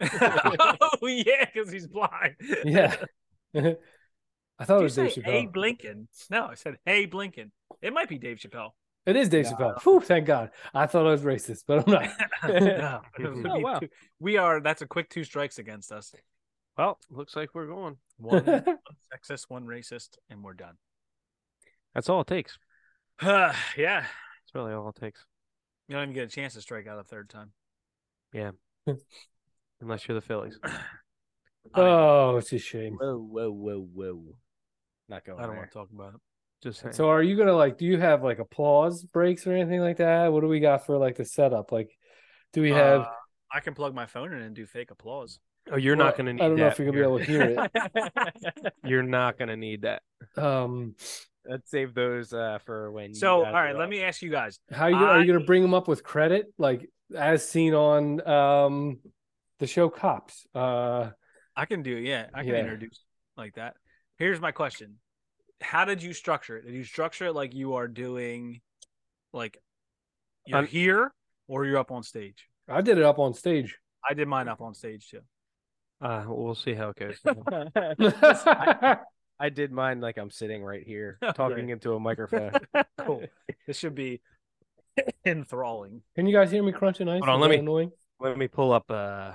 oh yeah, because he's blind. (laughs) Yeah. (laughs) I thought Did you it was Oh, Dave say hey Chappelle. Blinken? No, I said hey Blinken. It might be Dave (laughs) Chappelle. (laughs) It is Dave Chappelle. Whew, thank God. I thought I was racist, but I'm not. No, those would Oh, be wow. two- We are. That's a quick two strikes against us. Well, looks like we're going. (laughs) One sexist, one racist, and we're done. (sighs) That's all it takes. yeah, That's really all it takes. you don't even get a chance to strike out a third time. Unless you're the Phillies. oh, it's a shame. Whoa, whoa, whoa, whoa. Not going I don't there. want to talk about it. Just saying. So, are you gonna like? Do you have like applause breaks or anything like that? What do we got for like the setup? Like, do we have? Uh, I can plug my phone in and do fake (laughs) applause. (laughs) oh, you're well, not going to need I don't know that if you're gonna be here. able to hear You're not going to need that. (laughs) it. Um, Let's save those uh, for when. so, you all right, let me ask you guys. how you are you I- gonna bring them up with credit, like as seen on um the show Cops? Uh, I can do it. Yeah, I can Yeah. introduce like that. Here's my question: How did you structure it? Did you structure it like you are doing, like you're I'm- here or you're up on stage? I did it up on stage. (laughs) I did mine up on stage (laughs) too. Uh, we'll see how it goes. (laughs) me. I did mine like I'm sitting (laughs) right here talking into a (laughs) microphone. Cool. this should be (laughs) enthralling. Can you guys hear me crunching ice? Hold on, Is let that me- Annoying. Let me pull up uh,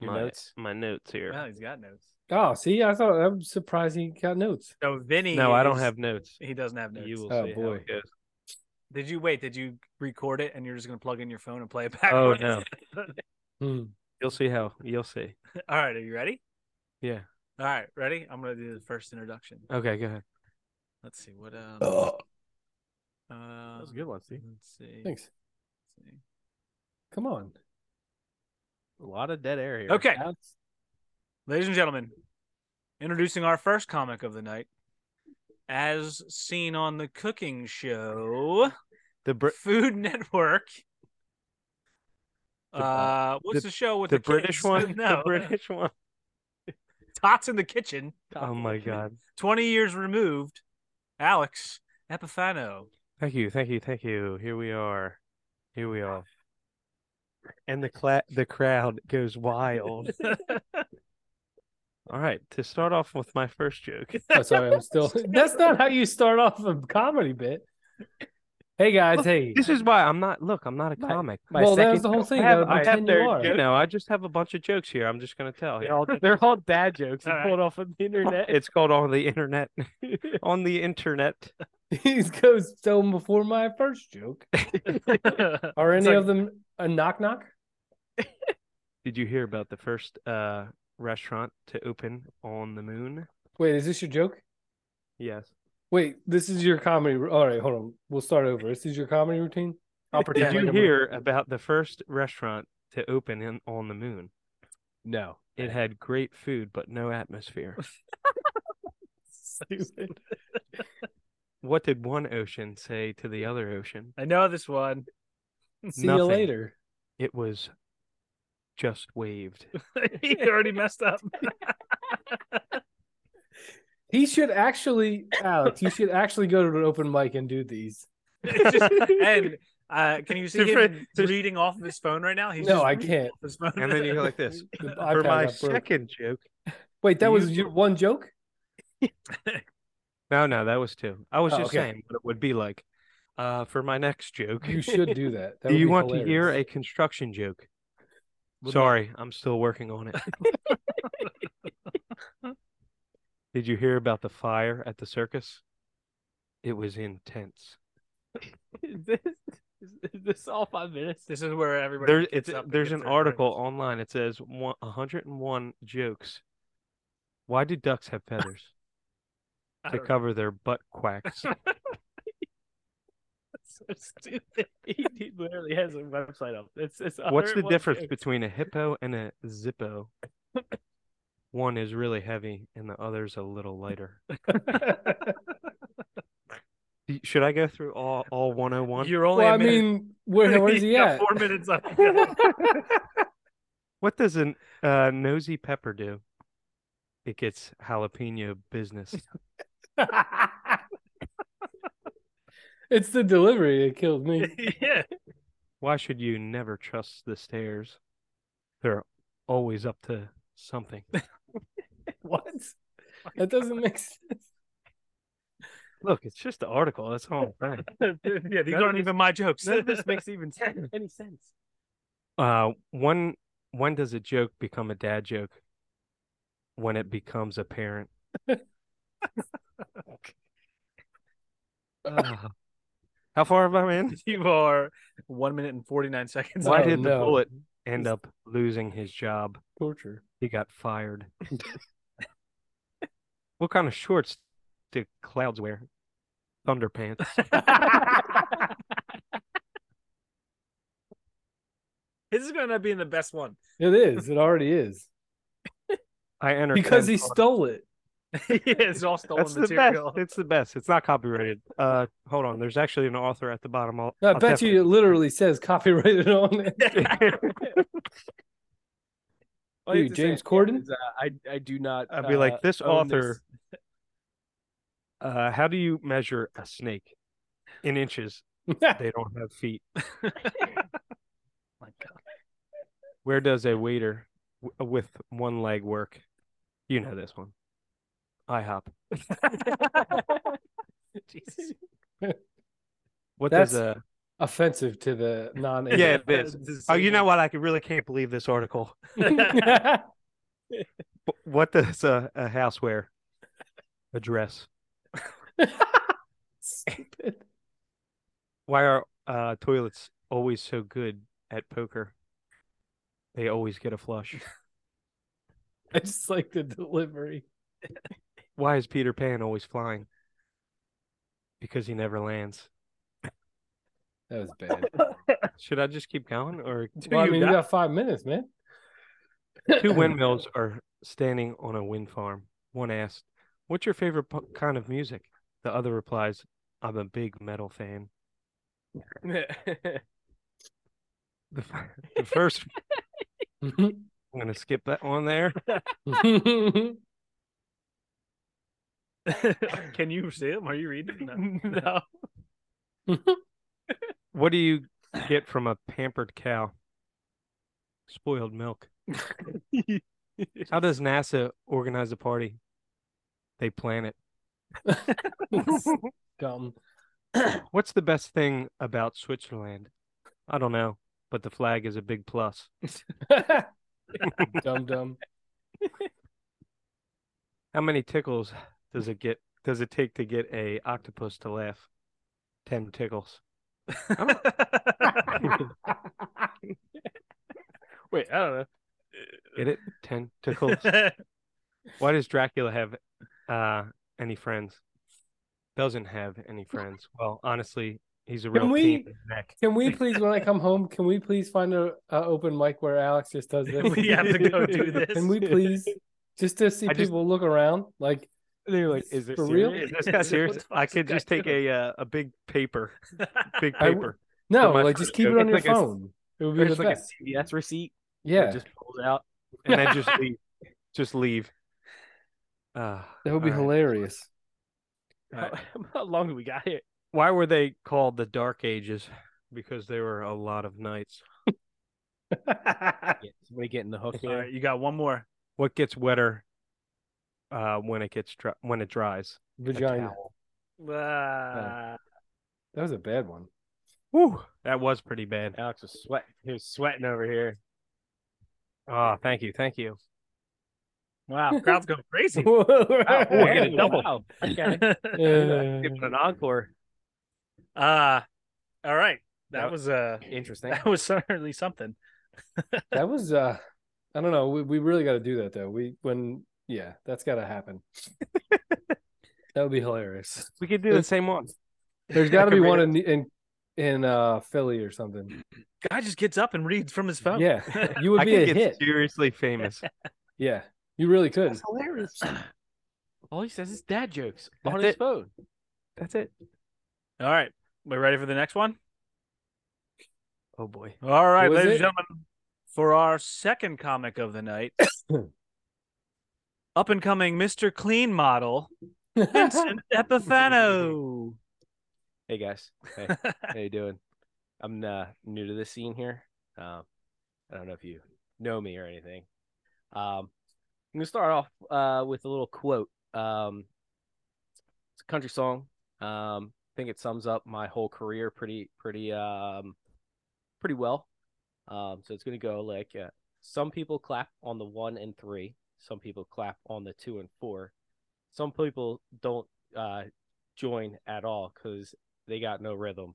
Your my, notes? my notes here. Uh, Well, he's got notes. Oh, see, I thought I'm surprised he got notes. So Vinny, no, I don't is- have notes. He doesn't have notes. You will Oh, see how boy. it goes. Did you wait? Did you record it and you're just gonna plug in your phone and play it back? Oh, no. Hmm. You'll see how. You'll see. (laughs) All right, are you ready? Yeah. All right, ready? I'm gonna do the first introduction. Okay, go ahead. Let's see what. Um, That was a um, good one, Steve. Let's see. Thanks. let's see. Come on. A lot of dead air here. Okay, That's- ladies and gentlemen, introducing our first comic of the night, as seen on the cooking show, The Br- Food Network. The- uh, what's the, show with the the, British (laughs) kids? (laughs) one. No, The British one. Tots in the Kitchen. Oh my god. Twenty years removed. Alex (laughs) Epifano. Thank you, thank you, thank you. Here we are. Here we are. And the cla- the crowd (laughs) goes wild. All right, to start off with my first (laughs) joke. Oh, sorry, I'm still. That's not how you start off a comedy bit. Hey guys, hey. This is why I'm not look, I'm not a My- comic. My well, that second was the whole joke- thing. have- gotta I have pretend you their are. You know, I just have a bunch of jokes here. I'm just gonna tell. They're all, they're all dad jokes. All I right. pulled off of the internet. It's called on (laughs) the internet. on the internet. (laughs) He goes so before my first joke. (laughs) Are any like- of them a knock knock? Did you hear about the first uh restaurant to open on the moon? Wait, is this your joke? Yes. Wait, this is your comedy. ru- All right, hold on. We'll start over. This is your comedy routine. I'll Did pretend. you like I'm- hear (laughs) about the first restaurant to open in, on the moon? no. It had great food, but no atmosphere. (laughs) Stupid. What did one ocean say to the other ocean? (laughs) I know this one. (laughs) See you nothing. later. It was just (laughs) waved. he already messed (laughs) up. He should actually, Alex. You should actually go to an open mic and do these. It's just- (laughs) and uh, can you see Different- (laughs) him there's- reading off of his phone right now? He's no, just I reading can't. off his phone. And then you (laughs) go like this. (laughs) The For iPad my got broke. second joke. Wait, that you- was your one joke. No, no, that was two. I was Oh, just okay. saying what it would be like. Uh, for my next joke. You (laughs) should do that. that do would you be want to hear hilarious. a construction joke? Sorry, I'm still working (laughs) on it. Did you hear about the fire at the circus? It was intense. Is this, is this all five minutes? This is where everybody. There, gets it's up and there's gets an their article drinks. online. It says one- 101 jokes. Why do (laughs) ducks have feathers? I to don't know. cover their butt (laughs) quacks. So (laughs) stupid. He, he literally has a website up. It's, it's What's the 101 difference jokes. between (laughs) a hippo and a zippo? One is really heavy and the other's a little lighter. (laughs) Y- Should I go through all all 101? You're only. Well, a I (laughs) minute- mean, where where's You he got at? Four minutes left. What does a uh, nosy pepper do? it gets jalapeno business. it's the delivery that killed me. (laughs) (laughs) yeah. Why should you never trust the stairs? They're always up to something. What? That doesn't make sense. Look, it's just the article. That's all I'm saying. yeah, these None of aren't this- even my jokes. None of this makes even any sense. Uh, when when does a joke become a dad joke? When it becomes apparent. Ah. how far have I been? (laughs) you are one minute and forty nine seconds. Why Oh, did the no. bullet end up losing his job? Torture. He got fired. (laughs) what kind of shorts do clouds wear? Thunder pants. (laughs) This is gonna be in the best one. It is. It already is. I (laughs) entered Because 10 he stole it. (laughs) yeah, it's all stolen That's material. the best. It's the best. It's not copyrighted. Uh, hold on. There's actually an author at the bottom. I'll, No, I I'll bet you it definitely- literally says copyrighted (laughs) on it. All you have Dude, to say James is, Corden? uh, I I do not. (laughs) (laughs) I'd be like uh, this own this. author. (laughs) Uh, how do you measure a snake in inches? They don't have feet. My God. Where does a waiter w- with one leg work? You know this one. IHOP. (laughs) Jesus. What does That's- a? Offensive to the non Yeah, it is. Oh, you know what? I really can't believe this article. Wh- What does a, a (laughs) house wear? A dress. (laughs) Stupid. Why are uh, toilets always so good at poker? They always get a (laughs) flush. I just like the delivery. Why is Peter Pan always flying? Because he (laughs) never lands. That was bad. Should I just keep going? Or Well, I mean, you got five minutes, man. (laughs) two windmills are standing on a wind farm. One asks, What's your favorite po- kind of music? The other replies, I'm a big metal fan. The, fir- (laughs) the first, I'm going to skip that one there. Can you see them? Are you reading? No. (laughs) (laughs) What do you get from a pampered cow? Spoiled milk. (laughs) How does NASA organize a party? They plan (coughs) it. Dumb. (laughs) What's the best thing about Switzerland? I don't know, but the flag is a big plus. dumb, dumb. How many tickles does it get? Does it take to get a octopus to laugh? Ten tickles. Wait, I don't Get it? (laughs) Ten tickles. know. Why does Dracula have uh, any friends? Doesn't have any friends. Well, honestly, he's a real Can we- pain in the neck. Can we please, when I come home, can we please find a, a open mic where Alex just does this? we have to go (laughs) do this. Can we please just to see I just- people look around? Like, They're like, "Is it For real? Is this guy serious? I could just take a uh, a big paper, big I w- paper. no, my like just first keep it on your joke. It's like a- phone. It would be There's the like best. a CVS receipt. that yeah, Just pulls out. and (laughs) then just leave. Just leave. Uh, that would be hilarious. How, (laughs) how long do we got here? Why were they called the Dark Ages? Because there were a lot (laughs) of (laughs) nights. Yeah, somebody getting the hook All here. right, you got one more. What gets wetter uh, when it gets dry, when it dries? A Vagina. towel. Ah. That was a bad one. Whew, that was pretty bad. Alex was sweating. He was sweating over here. Ah, thank you, thank you. wow, crowd's going (laughs) crazy. Oh, (laughs) Wow, we'll get a (laughs) hey, double. wow, Okay. Yeah. Giving an encore. Uh all right. That That- was uh (laughs) Interesting. that was certainly something. that was uh i don't know we, we really got to do that though we when yeah that's got to happen that would be hilarious We could do the same one. (laughs) there's got to be one in in in uh philly or something Guy just gets up and reads from his phone. yeah you (laughs) would I be a could get hit seriously famous. yeah you really could (laughs) That's hilarious. (laughs) All he says is dad jokes on That's his it. phone. That's it. All right. We ready for the next one? Oh boy. All right, was ladies and it? gentlemen, for our second comic of the night, up and coming Mr. Clean model, (laughs) Vincent Epifano. (laughs) Hey guys, hey, how you doing? I'm uh, new to this scene here. Um, I don't know if you know me or anything. Um, I'm gonna start off uh, with a little quote. Um, it's a country song. Um, I think it sums up my whole career pretty, pretty, um, pretty well. Um, so it's gonna go like uh, some people clap on the one and three, some people clap on the two and four, some people don't uh, join at all because they got no rhythm.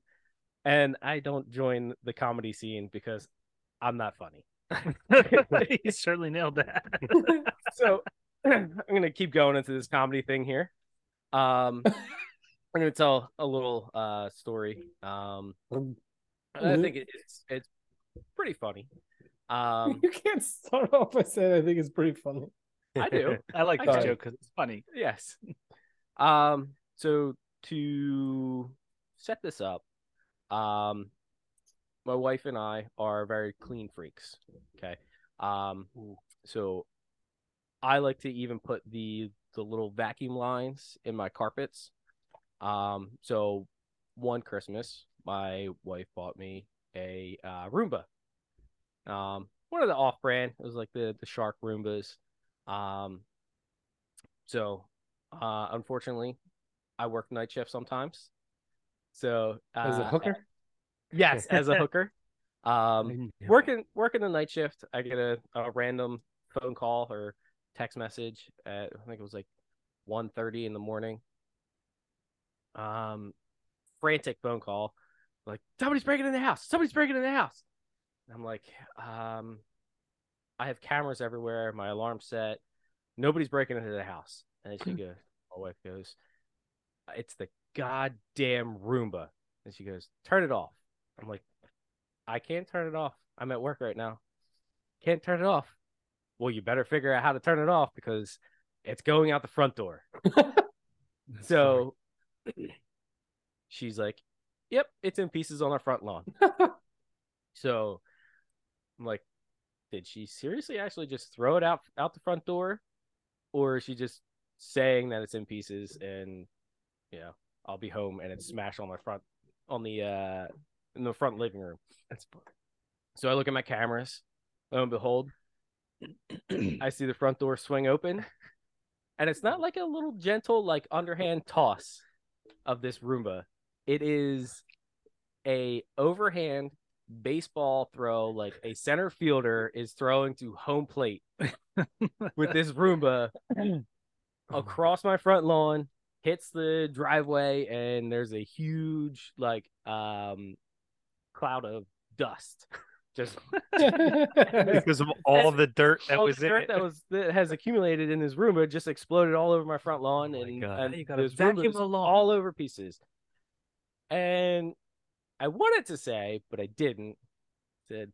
And I don't join the comedy scene because I'm not funny. he certainly nailed that. So (clears throat) I'm gonna keep going into this comedy thing here. Um I'm gonna tell a little uh story. Um I think it- it's it's pretty funny. (laughs) Um (laughs) you can't start off by saying I think it's pretty funny. I do. I like Sorry. this joke because it's funny. yes. Um, so to set this up, um, my wife and I are very clean freaks. Okay. Um, so I like to even put the the little vacuum lines in my carpets. Um, so one Christmas, my wife bought me a uh, Roomba. Um, one of the off brand. It was like the the Shark Roombas. Um, so, uh, unfortunately, I work night shift sometimes. So uh, As a hooker? Mm-hmm. yes, as a hooker. Um, Work working working the night shift i get a, a random phone call or text message at i think it was like 1.30 in the morning um frantic phone call like somebody's breaking in the house somebody's breaking in the house and i'm like um i have cameras everywhere my alarm's set nobody's breaking into the house and then she goes my wife goes it's the goddamn roomba and she goes turn it off i'm like I can't turn it off. I'm at work right now. Can't turn it off. Well, you better figure out how to turn it off because it's going out the front door. so (clears throat) she's like, Yep, it's in pieces on our front (laughs) lawn. so I'm like, Did she seriously actually just throw it out out the front door? Or is she just saying that it's in pieces and you know, I'll be home and it's smashed on my front on the uh in the front living room. That's funny. So I look at my cameras. Lo and behold, (clears throat) I see the front door swing open, and it's not like a little gentle, like underhand toss of this Roomba. It is a overhand baseball throw, like a center fielder is throwing to home plate with this Roomba Uh-huh. (laughs) across my front lawn, hits the driveway, and there's a huge like um cloud of dust. Just (laughs) because of all the dirt that all was Oh, the in dirt it. that was that has accumulated in this room. It just exploded all over my front lawn Oh my and, God. and You gotta this vacuum Roomba was the lawn. all over pieces. And I wanted to say, but I didn't. Said,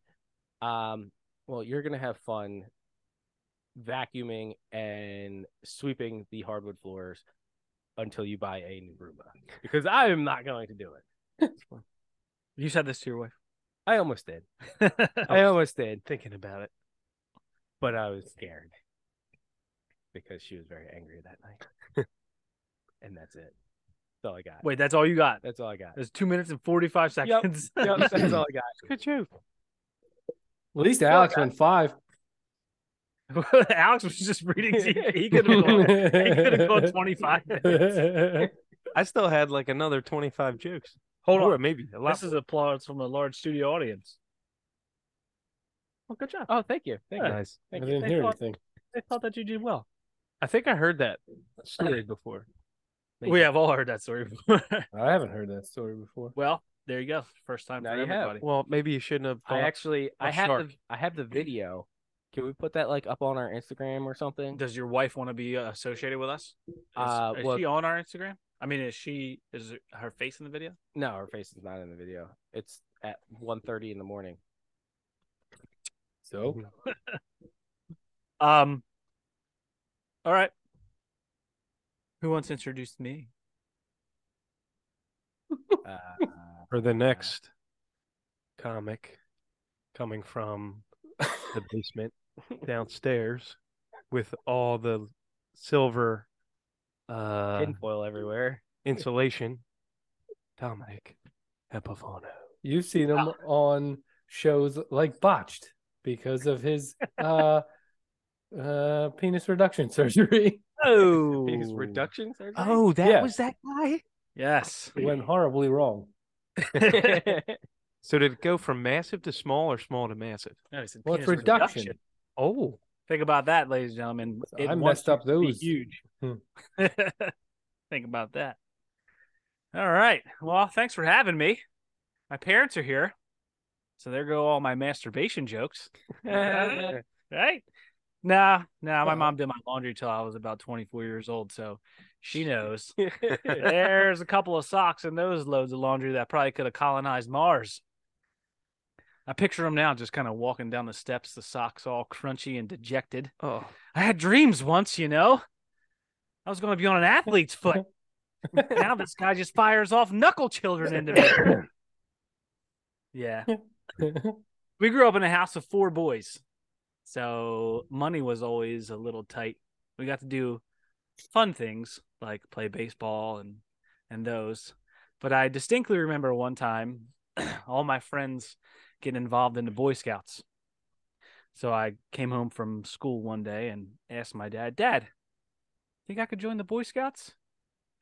um, well, you're gonna have fun vacuuming and sweeping the hardwood floors until you buy a new Roomba because I am not going to do it. You said this to your I almost did. (laughs) wife. I almost did. Thinking about it. but I was scared because she was very angry that night. and that's it. That's all I got. Wait, that's all you got. That's all I got. That's two minutes and forty-five Yep. seconds. (laughs) Yep, that's all I got. Good joke. At least Alex went five. Alex was just reading. to you. He could have gone. He could have (laughs) (laughs) gone twenty-five minutes. I still had like another 25 jokes. Hold or on. maybe a lot. This is applause from a large studio audience. Well, good job. Oh, thank you. Thank Yeah. you. Nice. I Thank you. didn't (laughs) Thank hear you. anything. I thought that you did well. I think I heard that story before. Thank we you. have all heard that story before. (laughs) I haven't heard that story before. well, there you go. First time Now for you have. everybody. Well, maybe you shouldn't have. I thought- actually I a have shark. the I have the video. Can we put that like up on our Instagram or something? Does your wife want to be uh, associated with us? Is, Uh, is well- she on our Instagram? I mean, is she is her face in the video? No, her face is not in the video. It's at 1.30 in the morning. So Um. All right. Who wants to introduce me? Uh, or the next comic coming from the basement downstairs with all the silver uh, (laughs) tinfoil everywhere. (laughs) insulation. Dominic Epifano. You've seen him on shows like Botched because of his uh, uh, penis reduction (laughs) surgery Oh, These reduction surgery. (laughs) Oh, that Yeah. was that guy. yes. went horribly wrong. So did it go from massive to small or small to massive? No, he said Well, it's penis reduction. Oh, Think about that, ladies and gentlemen. It I wants messed up to be those. Huge. Hmm. (laughs) Think about that. All right. Well, thanks for having me. My parents are here, so there go all my masturbation jokes. right? Nah, nah. My Well- mom did my laundry till I was about 24 years old, so she knows. There's a couple of socks in those loads of laundry that probably could have colonized Mars. I picture him now just kind of walking down the steps, the socks all crunchy and dejected. oh, I had dreams once, you know. I was going to be on an athlete's foot. now this guy just fires off knuckle children into me. Yeah. We grew up in a house of four boys. So money was always a little tight. We got to do fun things like play baseball and and those. But I distinctly remember one time (clears throat) all my friends getting involved in the Boy Scouts. So I came home from school one day and asked my dad, Dad, think I could join the Boy Scouts?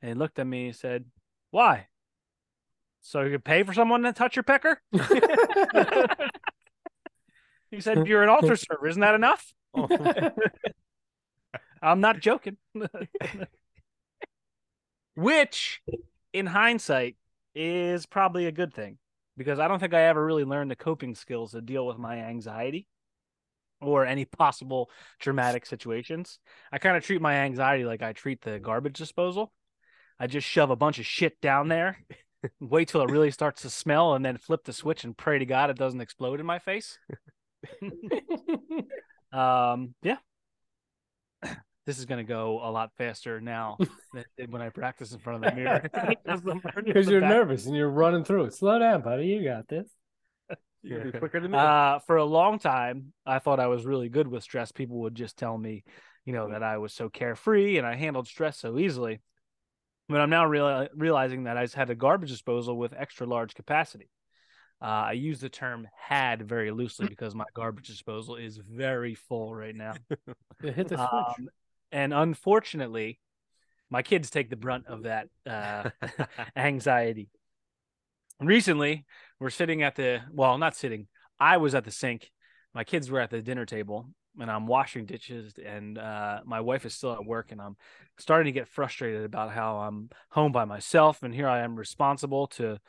And he looked at me and said, Why? So you could pay for someone to touch your pecker? He said, You're an altar server. Isn't that enough? Oh, (laughs) I'm not joking. (laughs) Which, in hindsight, is probably a good thing because I don't think I ever really learned the coping skills to deal with my anxiety or any possible dramatic situations. I kind of treat my anxiety like I treat the garbage disposal. I just shove a bunch of shit down there, (laughs) wait till it really starts to smell, and then flip the switch and pray to God it doesn't explode in my face. Um, yeah. (clears throat) This is going to go a lot faster (laughs) now than it did when I practice in front of the mirror. (laughs) Because (laughs) you're nervous and you're running through it. Slow down, buddy. You got this. You're gonna be quicker than me. Uh, for a long time, I thought I was really good with stress. People would just tell me, you know, that I was so carefree and I handled stress so easily. But I'm now reali realizing that I just had a garbage disposal with extra large capacity. Uh, I use the term "had" very Mm. loosely because my garbage disposal is very full right now. Yeah, Hit the switch. Um, and unfortunately, my kids take the brunt of that uh, anxiety. Recently, we're sitting at the well, not sitting. I was at the sink. My kids were at the dinner table, and I'm washing dishes. And uh, my wife is still at work, and I'm starting to get frustrated about how I'm home by myself, and here I am responsible to,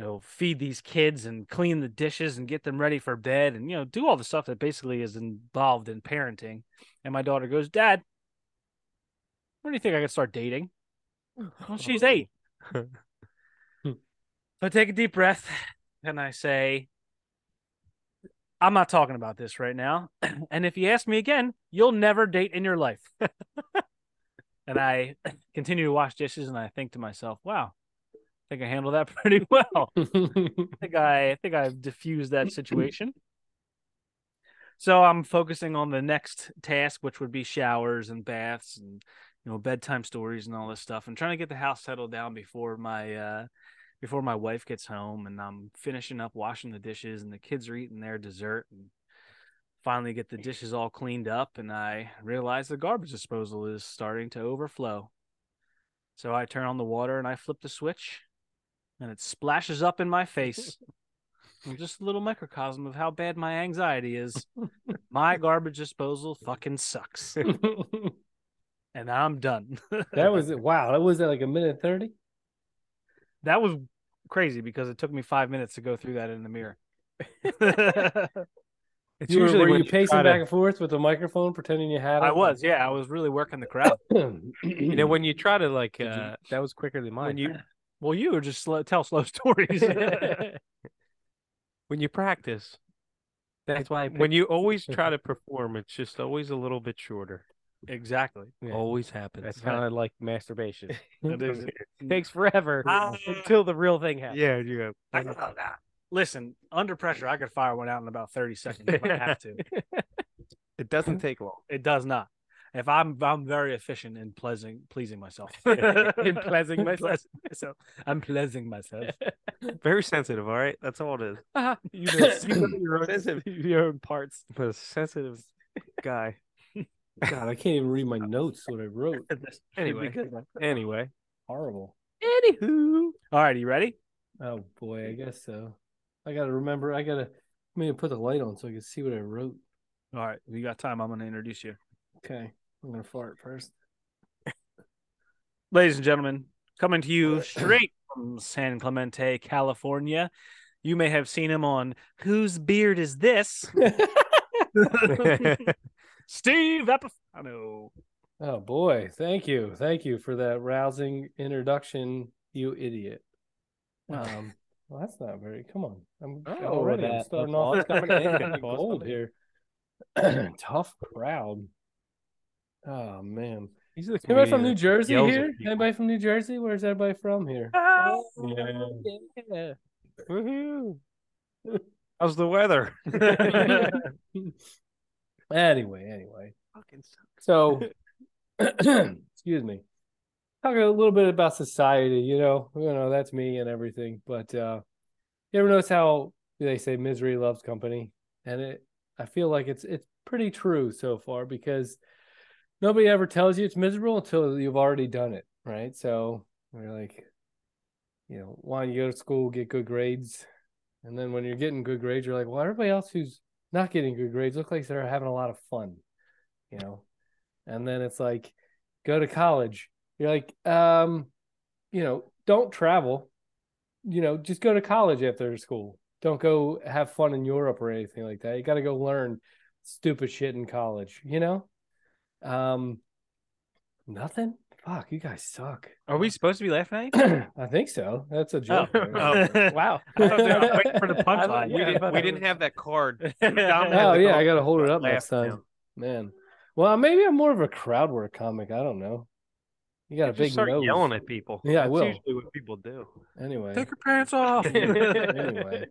you know, feed these kids and clean the dishes and get them ready for bed, and you know, do all the stuff that basically is involved in parenting. And my daughter goes, Dad, when do you think I can start dating? Well, she's eight. so I take a deep breath and I say, I'm not talking about this right now. (clears throat) and if you ask me again, you'll never date in your life. (laughs) and I (clears throat) continue to wash dishes and I think to myself, wow, I think I handled that (laughs) pretty well. I think I, I think I've diffused that situation. So I'm focusing on the next task, which would be showers and baths and you know bedtime stories and all this stuff, and trying to get the house settled down before my uh, before my wife gets home. And I'm finishing up washing the dishes, and the kids are eating their dessert. And finally, get the dishes all cleaned up, and I realize the garbage disposal is starting to overflow. So I turn on the water and I flip the switch, and it splashes up in my face. I'm just a little microcosm of how bad my anxiety is. my garbage disposal fucking sucks, and I'm done. (laughs) that was wow. That was at like a minute thirty. that was crazy because it took me five minutes to go through that in the mirror. (laughs) it's You were, usually were when you pacing try to- back and forth with a microphone, pretending you had it. I (clears throat) was, yeah, I was really working the crowd. You know when you try to like you- uh, that was quicker than mine. when you Well, you were just slow, tell slow (laughs) stories. when you practice That's why I when you (laughs) always try to perform, it's just always a little bit shorter. exactly. Yeah. Always happens. That's kind of like masturbation. That is- takes forever Ah. until the real thing happens. yeah, you have I could- Listen, under pressure, I could fire one out in about 30 seconds if I have to. Mm-hmm. (laughs) It doesn't take long. It does not. If I'm I'm very efficient in pleasing pleasing myself. (laughs) (laughs) In pleasing myself. pleasing myself. I'm pleasing myself. Very sensitive, all right? That's (laughs) all it is. (laughs) you (laughs) know, you know your, own, your own parts. But a (laughs) sensitive guy. God, I can't even read my notes. What I wrote, Anyway. Anyway. horrible. Anywho, All right, you ready? Oh boy, I guess so. I gotta remember. I gotta. I mean, put the light on so I can see what I wrote. All right, you got time. I'm going to introduce you, Okay, I'm gonna fart first. ladies and gentlemen. Coming to (clears throat) you straight from San Clemente, California. You may have seen him on Whose Beard Is (laughs) This? Steve (laughs) Epifano. Oh boy, thank you, thank you for that rousing introduction, you idiot. Um, well, that's not very. Come on, I'm Oh, already I'm that- starting that's off awesome. in That's gold awesome. here. (clears throat) Tough crowd. Oh man, He's the anybody from New comedian that Jersey uh, yells at here? people. Anybody from New Jersey? Where's everybody from here? (laughs) yeah. Woohoo. How's the (laughs) weather? anyway, anyway. Fucking sucks. So, (clears throat) excuse me. Talk a little bit about society, you know, you know that's me and everything. But uh, you ever notice how they say misery loves company, and it I feel like it's it's pretty true so far because nobody ever tells you it's miserable until you've already done it, right? So we're like, you know, why don't you go to school, get good grades, and then when you're getting good grades, you're like, well, everybody else who's not getting good grades look like they're having a lot of fun, you know. And then it's like, go to college. You're like, um, you know, don't travel. You know, just go to college after school. Don't go have fun in Europe or anything like that. You got to go learn stupid shit in college. You know, um, nothing. Fuck, you guys suck. (clears throat) Are we supposed to be laughing at you? I think so. That's a joke. Oh. Oh, wow. I thought they were waiting for the (laughs) I punchline. thought- We, yeah, I didn't, thought we it didn't was- have (laughs) that card. Oh the yeah, goal. I gotta hold it up Laugh next time, now. man. Well, maybe I'm more of a crowd work comic. I don't know. You got a Just big start nose. yelling at people. Yeah, I That's will. usually what people do. Anyway, Take your pants (laughs) off. (laughs) anyway.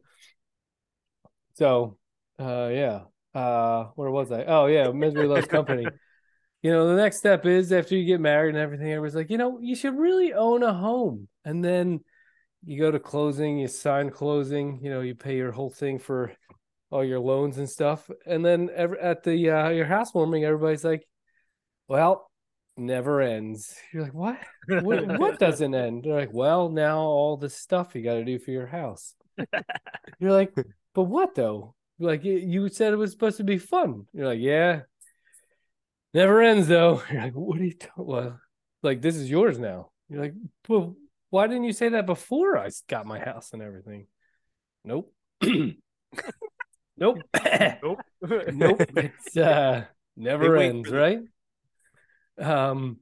So, uh, yeah. Uh, where was I? Oh yeah, misery loves company. You know, the next step is after you get married and everything. Everybody's like, you know, you should really own a home, and then you go to closing, you sign closing. You know, you pay your whole thing for all your loans and stuff, and then ev- at the uh, your housewarming, everybody's like, well, never ends. You're like, what? (laughs) what, what doesn't end? They're like, well, now all the stuff you got to do for your house. You're like, but what though? Like y- you said, it was supposed to be fun. You're like, yeah, never ends though. (laughs) You're like, what are you? ta- well, like this is yours now. You're like, well, why didn't you say that before I s- got my house and everything? Nope. (clears throat) nope. Nope. (laughs) nope. (laughs) It's uh, never wait ends, for the- right? Um,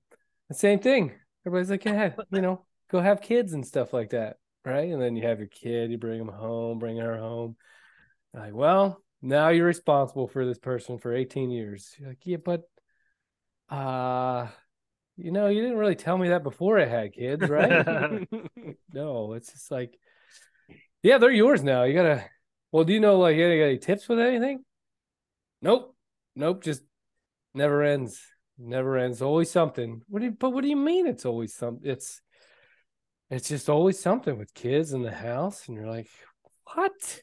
the same thing. Everybody's like, yeah, you know, go have kids and stuff like that, right? And then you have your kid, you bring him home, bring her home. Like, well, now you're responsible for this person for 18 years. You're like, yeah, but, uh, you know, you didn't really tell me that before I had kids, right? (laughs) no, it's just like, yeah, they're yours now. You gotta. Well, do you know like any, any tips with anything? Nope, nope. Just never ends. Never ends. Always something. What do you? But what do you mean? It's always something. It's it's just always something with kids in the house, and you're like, what?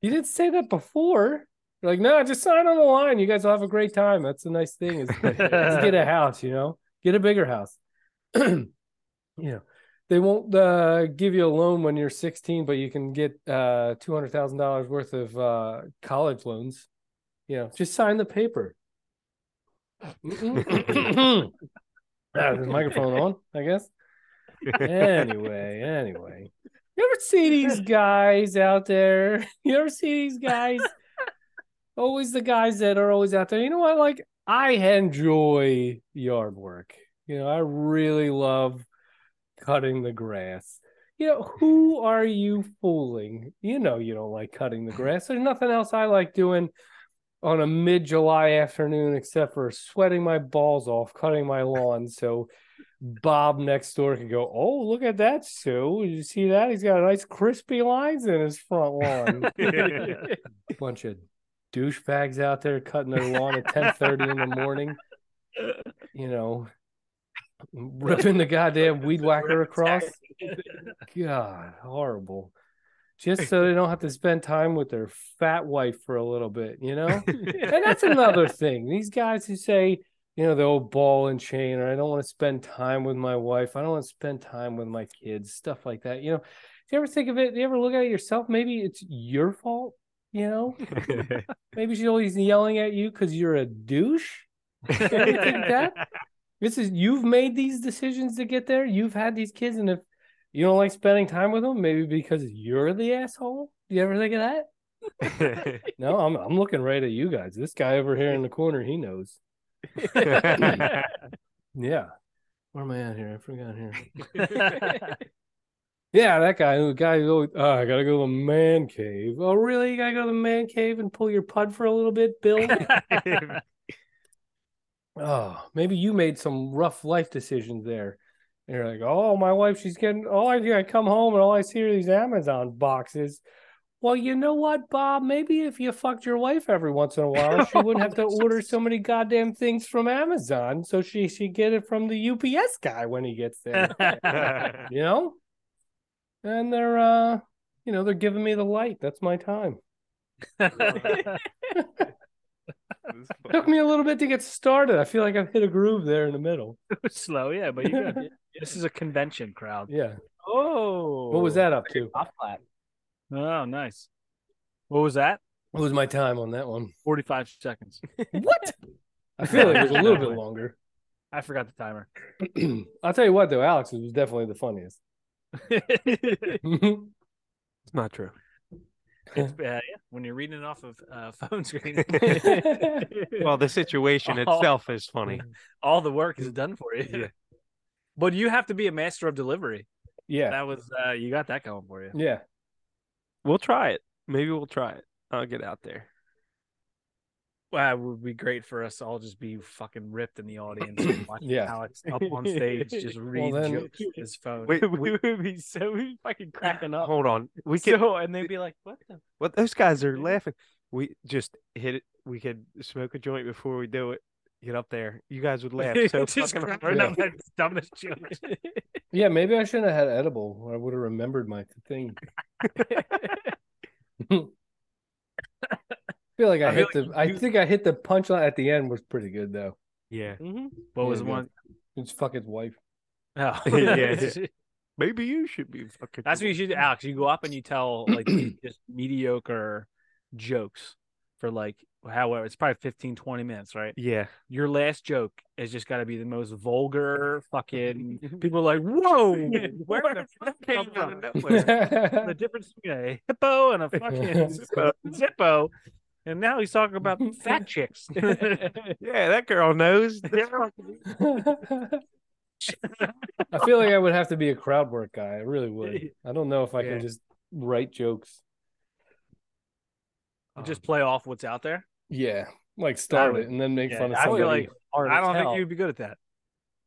You didn't say that before. You're like, no, just sign on the line. You guys will have a great time. That's the nice thing is to get a house, you know, get a bigger house. you know, they won't uh, give you a loan when you're 16, but you can get uh, $200,000 worth of uh, college loans. You know, just sign the paper. Mm-mm. Ah, Is the microphone on, I guess. Anyway, anyway. You ever see these guys out there? (laughs) You ever see these guys? always the guys that are always out there. You know what? Like, I enjoy yard work. You know, I really love cutting the grass. You know, who are you fooling? You know, you don't like cutting the grass. There's nothing else I like doing on a mid July afternoon except for sweating my balls off, cutting my lawn. So Bob next door can go, Oh, look at that, Sue. Did you see that? He's got nice crispy lines in his front lawn. bunch of douchebags out there cutting their lawn at ten thirty in the morning. you know, ripping the goddamn weed whacker across. (laughs) God, horrible. Just so they don't have to spend time with their fat wife for a little bit, you (laughs) know? and that's another thing. These guys who say, you know, the old ball and chain, or I don't want to spend time with my wife, I don't want to spend time with my kids, stuff like that. You know, do you ever think of it? Do you ever look at it yourself? Maybe it's your fault, you know? Maybe she's always yelling at you because you're a douche. Ever think (laughs) that? (laughs) This is you've made these decisions to get there. You've had these kids, and if you don't like spending time with them, maybe because you're the asshole. You ever think of that? No, I'm I'm looking right at you guys. This guy over here in the corner, he knows. Yeah. Where am I at here? I forgot here. Yeah, that guy. The guy who always, oh, I gotta go to the man cave. Oh, really? You gotta go to the man cave and pull your pud for a little bit, Bill? oh, maybe you made some rough life decisions there. And you're like, oh, my wife, she's getting all I do. I come home and all I see are these Amazon boxes. Well, you know what, Bob? Maybe if you fucked your wife every once in a while, she wouldn't have to order so many goddamn things from Amazon. So she she get it from the UPS guy when he (laughs) gets there you know and they're uh you know they're giving me the light that's my time took me a little bit to get started i feel like i've hit a groove there in the middle Slow, yeah, but you got this is a convention crowd. yeah oh, what was that up to Off flat. Oh, nice. What was that? what was my time on that one 45 seconds. what (laughs) i feel like it was a little bit longer (clears throat) I forgot the (laughs) timer. i'll tell you what though alex was definitely the (laughs) funniest It's not true. It's, uh, yeah, when you're reading it off of uh, (laughs) phone screen, (laughs) Well, the situation Oh. itself is funny. all the work is done for you. Yeah. But you have to be a master of delivery. yeah That was uh, you got that going for you. yeah We'll try it. Maybe we'll try it. I'll get out there. Wow, it would be great for us to all just be fucking ripped in the audience. (clears throat) and watching Yeah. Alex up on stage just read then- jokes with his phone. Wait, we would be so we'd be fucking cracking up. Hold on. We can. So, and they'd be like, "What (laughs) the?" What those guys are laughing. We just hit it. We could smoke a joint before we do it. Get up there. You guys would laugh (laughs) so just fucking cracking hard. up at dumbest jokes. yeah maybe i shouldn't have had edible or i would have remembered my thing feel like i, I feel hit the i think i hit the punchline at the end was pretty good though (laughs) (laughs) Yeah. (laughs) What Mm-hmm. Yeah, was go. one? it's fuck his wife Oh. Yeah, (laughs) yeah. Maybe you should be fucking. (laughs) That's what you should do, Alex. You go up and you tell like (clears throat) these just mediocre jokes for like however it's probably 15, 20 minutes, right? Yeah. Your last joke has just got to be the most vulgar fucking. People are like, whoa, where the fuck came from? (laughs) (laughs) The difference between a hippo and a fucking zippo, and now he's talking about fat chicks. (laughs) Yeah, that girl knows. I feel like I would have to be a crowd work guy. I really would. I don't know if I Yeah. can just write jokes. just play off what's out there. Yeah, like start would- it and then make yeah, fun of I feel somebody. like- hard I as don't hell. think you'd be good at that.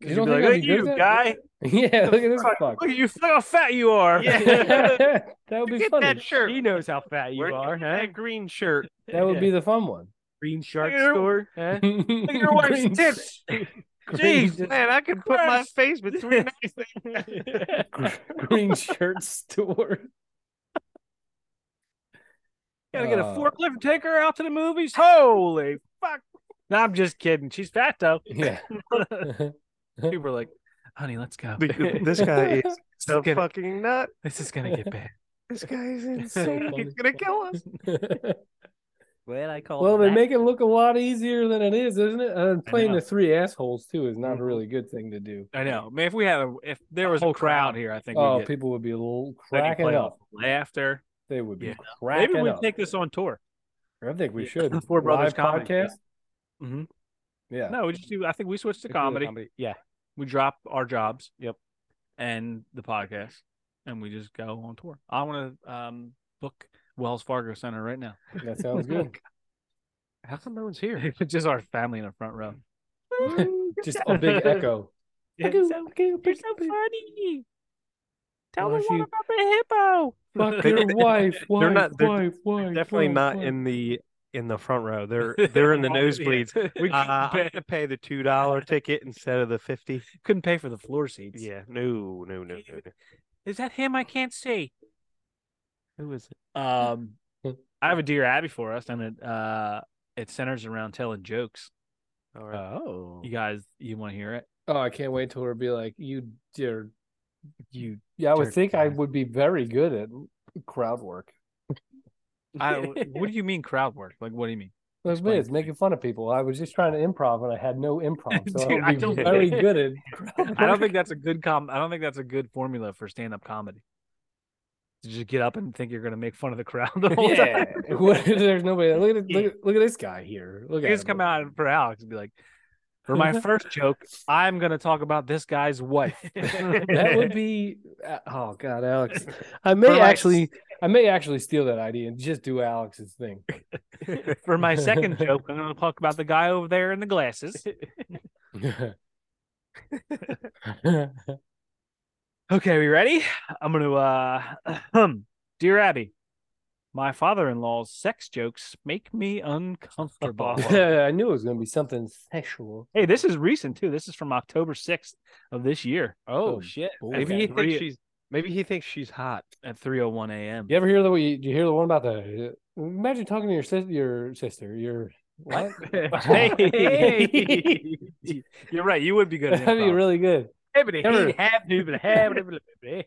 'Cause You you'd don't be think like, I'd be "Look good at at you, guy. (laughs) Yeah, look at this fuck? Oh, fuck. Look at you, look how fat you are. (laughs) (laughs) that would be Get funny. that shirt. He knows how fat you Where'd (laughs) you are, get huh? That green shirt. That would be the fun one. Green shark Look at your- store, (laughs) huh? Look at your wife's tips. Jeez, Man, I could put my Christ. face between. (laughs) green shirt store. Gotta get a Uh, forklift and take her out to the movies. Holy fuck. No, I'm just kidding. She's fat though. (laughs) Yeah. People were like, honey, let's go. The- (laughs) this guy is (laughs) a fucking nut. This is gonna get bad. This guy (laughs) is insane. He's gonna kill us. Well, I call. Well, they make it look a lot easier than it is, isn't it? And playing know. Mm-hmm. the three assholes too is not a Mhm. really good thing to do. (laughs) I know. Man, if we had a if there was a whole crowd crowd. here, I think Oh, we'd get people would be a little plenty of cracking playoff up. laughter. They would be Yeah. cracking Maybe we up. take this on tour. I think we should. (laughs) Four Brothers Live Comedy, yeah. podcast. Mhm. Yeah. No, we just do I think we switch to They do the comedy. Yeah, We drop our jobs. Yep. And the podcast. And we just go on tour. I wanna um book Wells Fargo Center right now. (laughs) that sounds (laughs) good. How come no one's here? just our family in the front row. Just a (laughs) big echo. Echo, echo, You're so echo. funny. Tell Why the don't one you- about the hippo. Fuck They- (laughs) your they- wife, wife, not- they're wife, wife. Definitely wife, not wife. in the in the front row. (laughs) They're (laughs) they're in the nosebleeds. We (laughs) Uh, I'm gonna pay the two (laughs) dollar ticket instead of the (laughs) fifty. couldn't pay for the floor seats. Yeah, no, no, no, no, no. Is that him? I can't see. Who is it? Um, I have a Dear Abby for us, and it uh, it centers around telling jokes. All right. Oh. (laughs) You guys, you want to hear it? Oh, I can't wait till it'll be like you dear. You, Yeah, I would Dirt think I bag. would be very good at crowd work. (laughs) I, what do you mean crowd work? Like, what do you mean? Those Explain bids it to me. making fun of people. I was just trying to improv and I had no improv, so Dude, I I would be don't- very (laughs) good at crowd work. I (laughs) don't think that's a good com. I don't think that's a good formula for stand up comedy. To just get up and think you're going to make fun of the crowd the whole (laughs) yeah. time. What- There's nobody. Look at, (laughs) look at look at this guy here. Look You at just him. come out for Alex and be like, for my first joke, I'm going to talk about this guy's wife. That would be uh, oh god, Alex. I may like- actually I may actually steal that idea and just do Alex's thing. for my second joke, I'm going to talk about the guy over there in the glasses. Okay, we ready? I'm going to, uh, (clears throat) dear Abby, my father in law's sex jokes make me (laughs) uncomfortable. I knew it was going to be something sexual. hey, this is recent too. This is from October 6th of this year Oh Oh, shit. boy. Maybe Okay. he thinks Read it. she's maybe he thinks she's hot. at 3:01 a.m. You ever hear the way you, you hear the one about the imagine talking to your sister, your sister, your what? (laughs) hey. You're right. You would be good. At (laughs) That'd be improv. really good. Never-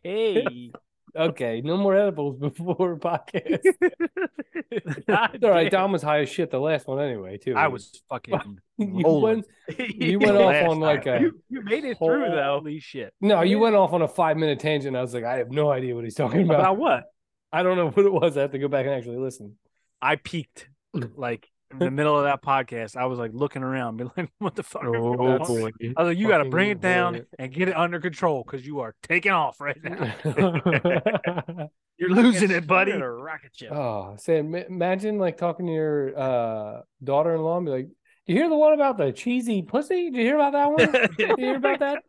Hey. Okay, no more edibles before podcast. It's All right, Dom was high as shit the last one anyway too. (laughs) I was fucking. (laughs) You rolling. went, you went off Last on like a You, you made it through though. Holy shit! no, you went off on a five minute tangent. I was like, I have no idea what he's talking about. About what? I don't know what it was. I have to go back and actually (laughs) listen. (laughs) I peaked like in the middle of that podcast. I was like looking around, be like, (laughs) "What the fuck?" is Oh, going on?" I was like, "You got to Fucking bring it down idiot. and get it under control because you are taking off (laughs) right now. (laughs) oh, You're losing it, Shot buddy." at A rocket ship. Sam, ma- imagine like talking to your uh, daughter in law and be like, Do you hear the one about the cheesy pussy? Did you hear about (laughs) that one? Did you hear about that?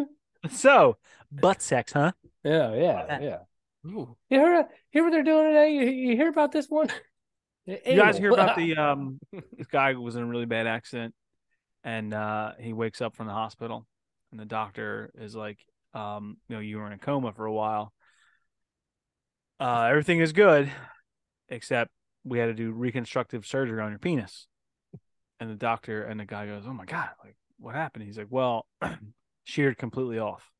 (laughs) so, butt sex, huh? Yeah, yeah, yeah. You hear, hear what they're doing today? You, you hear about this one? You guys hear (laughs) about the um this guy who was in a really bad accident and uh he wakes up from the hospital and the doctor is like um you know you were in a coma for a while. Uh everything is good except we had to do reconstructive surgery on your penis. And the doctor and the guy goes, "Oh my god, like what happened?" He's like, "Well, (clears throat) sheared completely off."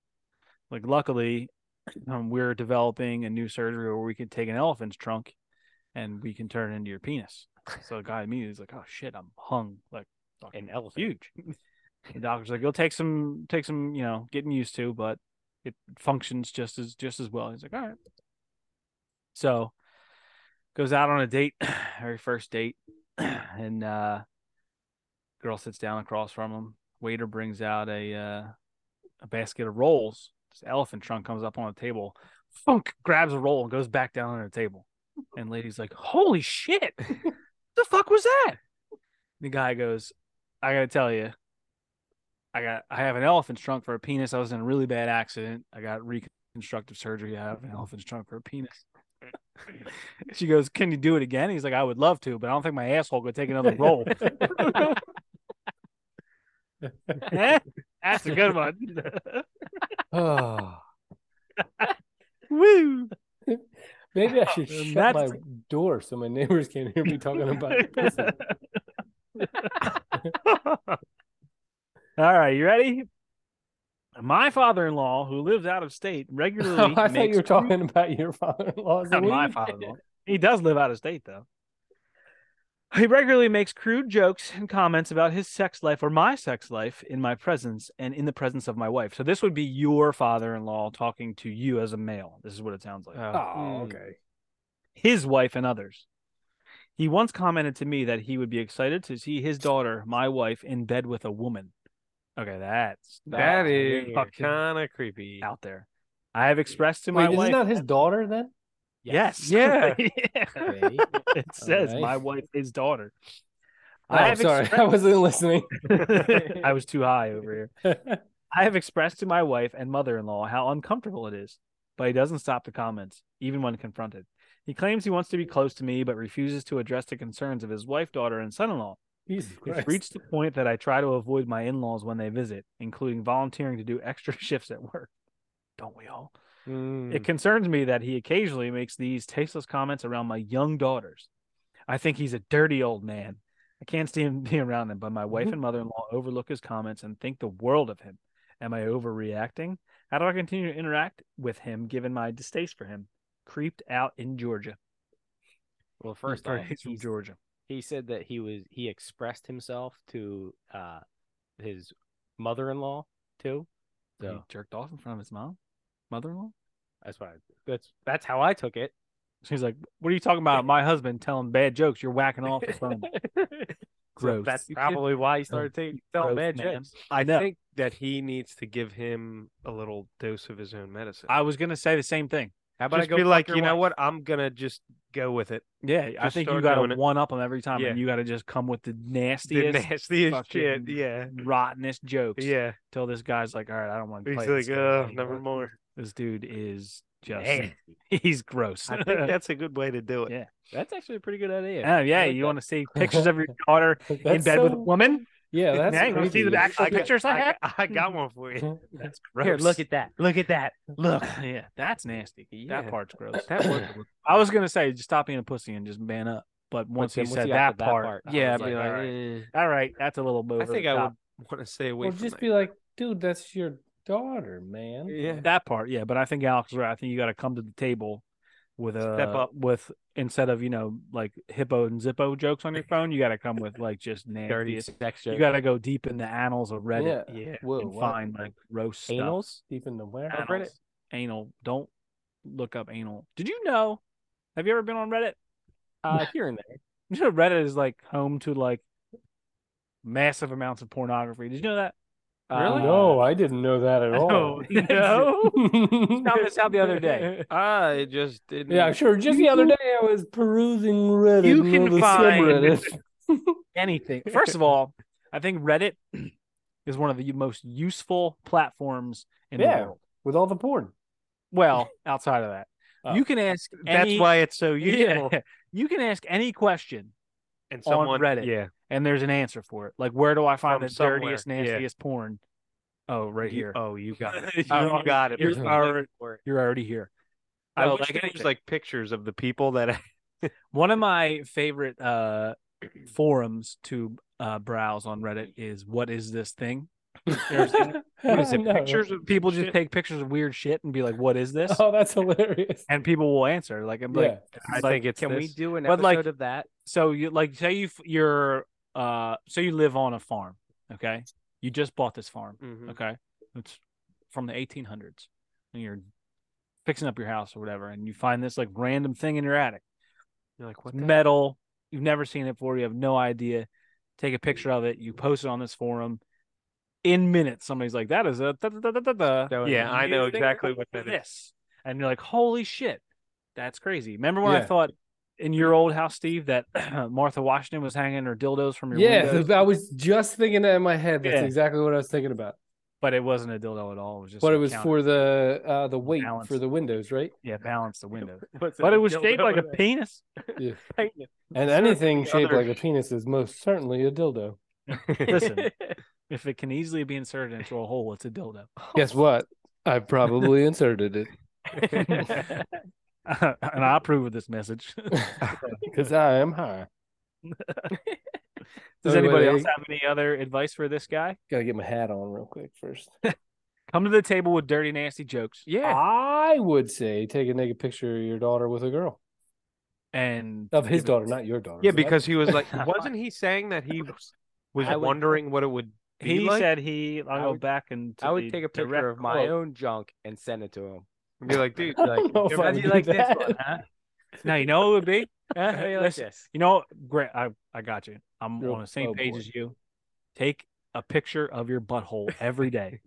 Like luckily (clears throat) um, we're developing a new surgery where we can take an elephant's trunk and we can turn it into your penis. So the guy immediately is like, "Oh shit, I'm hung like fucking An elephant. huge." (laughs) The doctor's like, "You'll take some, take some, you know, getting used to, but it functions just as just as well." He's like, "All right." So goes out on a date, (clears throat) very first date, (clears throat) and uh girl sits down across from him. Waiter brings out a uh, a basket of rolls. This elephant trunk comes up on the table. Funk grabs a roll and goes back down on the table. And lady's like, "Holy (laughs) shit, the fuck was that?" The guy goes, "I gotta tell you, I got I have an elephant's trunk for a penis. I was in a really bad accident. I got reconstructive surgery. I have an elephant's trunk for a penis." (laughs) she goes, "Can you do it again?" He's like, "I would love to, but I don't think my asshole could take another roll." (laughs) (laughs) Eh? That's a good (laughs) one. Oh, Woo! maybe I (laughs) should shut That's- my door so my neighbors can't hear me talking about pussy. (laughs) All right, you ready? My father-in-law, who lives out of (laughs) state, regularly Oh, I thought makes you were talking about your father-in-law. I was Not like, what my do you- father-in-law. He does live out of state, though. He regularly makes crude jokes and comments about his sex life or my sex life in my presence and in the presence of my wife. So this would be your father-in-law talking to you as a male. This is what it sounds Uh. like. Oh, okay. his wife and others. He once commented to me that he would be excited to see his daughter, my wife, in bed with a woman. Okay, that's That that's is fucking kind of creepy. out there. I have expressed to my Wait, this wife. is not his daughter then? yes. Yeah. (laughs) Yeah. Okay. (laughs) It says right. my wife, his daughter. (laughs) Oh, sorry, (laughs) I (laughs) wasn't listening. expressed- I was too high over here. I have expressed to my wife and mother in law how uncomfortable it is, but he doesn't stop the comments, even when confronted. He claims he wants to be close to me, but refuses to address the concerns of his wife, daughter, and son in law. Jesus It's Christ. reached the point that I try to avoid my in laws when they visit, including volunteering to do (laughs) extra shifts at work. Don't we all? It concerns me that he occasionally makes these tasteless comments around my young daughters. I think he's a dirty old man. I can't see him (laughs) being around them, but my wife and mother in law overlook his comments and think the world of him. Am I overreacting? How do I continue to interact with him given my distaste for him? Creeped out in Georgia. Well, first Or off, he's from he's- Georgia. he said that he was he expressed himself to uh his mother-in-law too. He So jerked off in front of his mom, mother in law. that's why that's that's how I took it. She's like, What are you talking about? My husband telling bad jokes. You're whacking off in front of him. (laughs) So Gross. that's You probably why he started taking gross telling bad man. jokes. I No. think that he needs to give him a little dose of his own medicine. I was going to say the same thing. How about just I go be fuck like, your you know wife?" what? I'm gonna just go with it. Yeah, I Just think you start got doing to it. one up them every time, Yeah. and you got to just come with the The nastiest, nastiest fucking- shit. Yeah, rottenest jokes. yeah. till this guy's like, "All right, I don't want to He's play." like, this guy oh, anymore." never more. This dude is just—he's (laughs) Man, gross. (laughs) (laughs) I think that's a good way to do it. Yeah. that's actually a pretty good idea. Oh yeah, like you that. want to (laughs) see pictures of your daughter in That's bed with a so- woman? Yeah, (laughs) that's Yeah, you want to see crazy. the actual I got- pictures I I, have? (laughs) I got one for you. (laughs) That's gross. Here, look at that. Look at that. Look. yeah, that's nasty. Yeah. That part's gross. That (clears throat) worked. I was gonna say, just stop being a pussy and just man up. But once then he once said he got that, to that part, part, I yeah, I'd was be like, like, all right. eh, all right, that's a little over. I the think I top." would want to stay away Or from just that. be like, dude, that's your daughter, man. yeah. that part, yeah. But I think Alex is right. I think you got to come to the table with a Step up. with instead of you know like hippo and zippo jokes on your phone, you got to come with like just Dirty nastiest. sex You joke. got to go deep in the annals of Reddit Yeah. Yeah. Whoa, and wow. find like gross stuff. Anals? Deep in the warehouse. Annals. Anal. Don't look up anal. Did you know? Have you ever been on Reddit? (laughs) Uh, here and there. (laughs) You know Reddit is like home to like massive amounts of pornography. Did you know that? Really? No, I didn't know that (laughs) at (laughs) all. Uh, Oh, no. Found this out the other (laughs) day. I Ah, just didn't. Yeah, sure. Just the other day, I was perusing Reddit. You and can all the find- subreddits. anything. First of all, I think Reddit (clears throat) is one of the most useful platforms in Yeah. the world. (laughs) with all the porn. Well, outside of that, Oh. you can (laughs) ask. That's any- why it's (laughs) so Yeah. useful. you can ask any question, And On someone, Reddit. yeah, and there's an answer for it. Like, where do I find From the somewhere. dirtiest, Yeah. nastiest porn? Oh, right you- here. oh, you got (laughs) it. You you are- got it. You're, bro. (laughs) alre- Or- you're already here. I wish Oh, like there it. was There's like pictures of the (laughs) people that One of my favorite uh, forums to uh, browse on Reddit is "What is this thing?" There's- (laughs) what what is it? Pictures of People just shit? take pictures of weird shit and be like, "What is (laughs) this?" Oh, that's hilarious. and people will answer like i'm yeah. like I like, think it's Can we this. do an But, episode like, of that? so you like say you f- you're uh so you live on a farm okay you just bought this farm Mhm. okay it's from the 1800s and you're fixing up your house or whatever and you find this like random thing in your attic You're like, (laughs) It's what? the- metal you've never seen it before you have no idea take a picture of it you post it on this forum in minutes somebody's like that is a da- da- da- da- da- da. So Yeah, I know Thing exactly about what that is. this. And you're like, holy shit, that's crazy. Remember when I Yeah. thought in your old house, Steve, that (clears throat) Martha Washington was hanging her dildos from your Yeah, (laughs) windows, I was just thinking that in my head. That's Yeah. exactly what I was thinking about. but it wasn't a dildo at all. It was just But a it was counter. for the uh the weight Balance. for the windows, right? yeah, balance the window. (laughs) What's but a it was dildo shaped like a with (laughs) penis. And anything the shaped other- like a penis is most certainly a dildo. Listen, if it can easily be inserted into a hole, it's a dildo. Guess what? (laughs) I probably inserted it (laughs) and I approve of this message. (laughs) because I am high. Does Anyway, anybody they- else have any other advice for this guy? Gotta get my hat on real quick first. Come to the table with dirty, nasty jokes. Yeah. I would say take a naked picture of your daughter with a girl. And Of his give it- daughter, not your daughter. (laughs) Yeah, but I- because he (laughs) was like, wasn't he saying that he was was I would- wondering what it would He be like? said he. I'll I go would- back and I would take a picture of my own junk and send it to him. (laughs) And be like, (laughs) dude, I don't like, know if I how would do you do like this that. one? Huh? Now you know what it would (laughs) be. How do you like Listen, this? you know, great. I I got you. I'm You're- on the same oh, page boy. as you. Take a picture of your butthole every (laughs) day,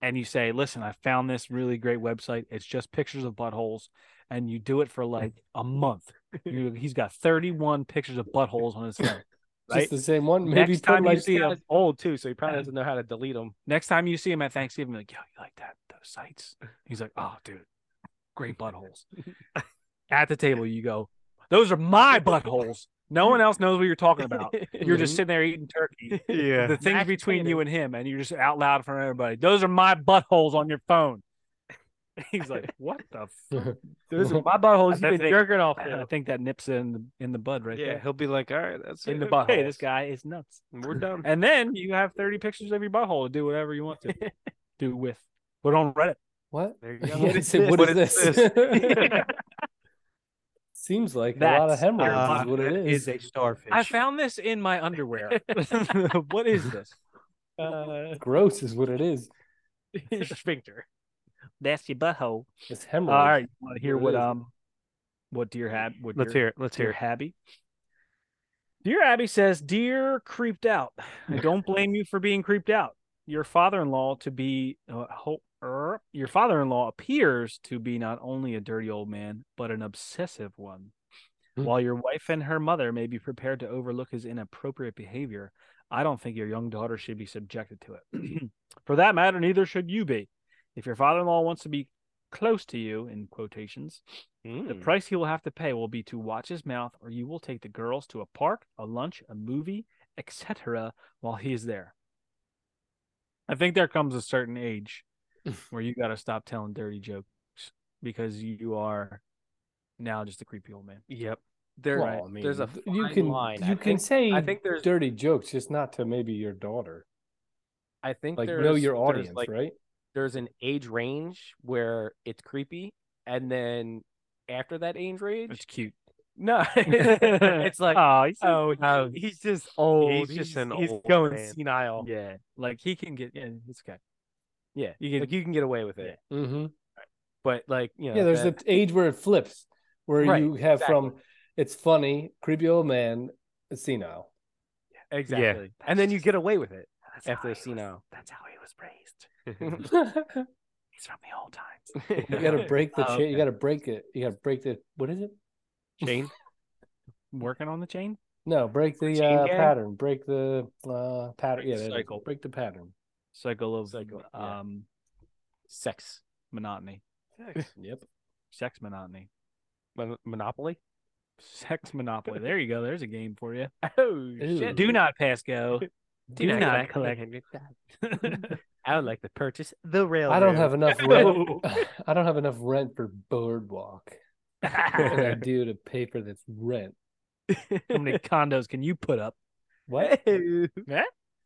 and you say, "Listen, I found this really great website. It's just pictures of buttholes." And you do it for like a month. You, he's got 31 pictures of buttholes on his phone. (laughs) Just Right? the same one. Maybe Next put time you like see a He's old too, so he (laughs) probably doesn't know how to delete them. Next time you see him at Thanksgiving, be like, yo, you like that those sites? He's like, oh, dude, great buttholes. at the table. You go, those are my buttholes. No one else knows what you're talking about. You're (laughs) just sitting there eating turkey. (laughs) Yeah. The things Mashed between you and him, and you're just out loud in front of everybody. Those are my buttholes on your phone. He's like, "What the?" F-? (laughs) Those are my buttholes. I You've been think- jerking off. I to. think that nips it in the in the bud right (laughs) Yeah. there. He'll be like, all right, that's In the it. butthole. Okay, this guy is nuts. We're done. And then you have 30 pictures of your butthole to do whatever you want to do with. Put it on Reddit. What? There you I go. wanted to say, (laughs) what is this? (laughs) (laughs) Seems like a lot of That's- hemorrhoids Uh, is what it that is. is a starfish. I found this in my (laughs) underwear. what is this? Uh, Gross is what it is. your sphincter. That's your butthole. It's All hemorrhoids. right. You want to hear what What it is. um what dear hab what Let's dear, hear it. Let's hear dear it. Abby. Dear Abby says, Dear creeped out. I don't blame you for being creeped out. Your father-in-law to be uh, ho- er, your father-in-law appears to be not only a dirty old man but an obsessive one. Hmm. While your wife and her mother may be prepared to overlook his inappropriate behavior, I don't think your young daughter should be subjected to it. (clears throat) for that matter, neither should you be. If your father-in-law wants to be close to you in quotations, Hmm. the Mm. price he will have to pay will be to watch his mouth, or you will take the girls to a park, a lunch, a movie, etc., while he is there. I think there comes a certain (laughs) age where you got to stop telling dirty jokes because you are now just a creepy old man. Yep. There, Well, I there's a mean, you fine can line. you I can think, say I think there's. dirty jokes, just not to maybe your daughter. I think Like there's, know your there's, audience, like, right? There's an age range where it's creepy, and then after that age range, It's cute. (laughs) no, (laughs) it's like oh, he's so- oh, he- oh, he's just old. he's just an he's old going man. senile. Yeah, yeah, like he can get yeah, it's okay. you You can, can- like you can get away with it, Yeah. Mm-hmm. but like you know, Yeah, there's that- an age where it flips, where Right, you have from exactly. it's funny, creepy old man, senile. exactly, and then you get away with it That's after a senile. that's how he was raised. you He's from the old times. (laughs) gotta break the Oh, chain. You gotta break it. You gotta break the what is it? Shane. Working on the chain. No, break the Chain uh, gang? pattern. Break the uh, Break the pattern. Yeah, there it is. cycle. Break the pattern. Cycle of Cycle, yeah. um sex, monotony. Yep. Sex monotony. Mon- (laughs) monopoly. Sex monopoly. There you go. There's a game for you. Uh, Oh (laughs) shit! Do not pass go. Do not not collect collect. (laughs) I would like to purchase the rail. I don't have enough rent. (laughs) I don't have enough rent for Birdwalk. What can I do to pay for this rent? How (laughs) many condos can you put up? (laughs) What?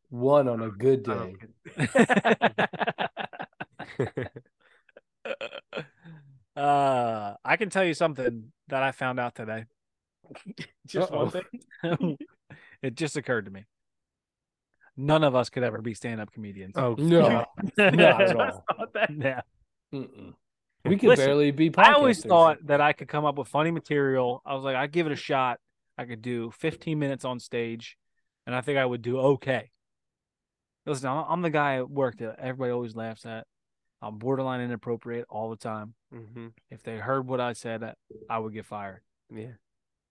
One on a good I don't day. uh, I can tell you something that I found out today. (laughs) Just one Uh-oh. thing. it just occurred to me. None of us could ever be stand-up comedians. (laughs) (laughs) Oh, No, not at all. Yeah. Mm-mm. We could Listen, barely be. Podcasters. I always thought that I could come up with funny material. I was like, I give it a shot. I could do 15 minutes on stage, and I think I would do okay. Listen, I'm I'm the guy at work that everybody always laughs at. I'm borderline inappropriate all the time. Mhm. If they heard what I said, uh, I would get fired. Yeah.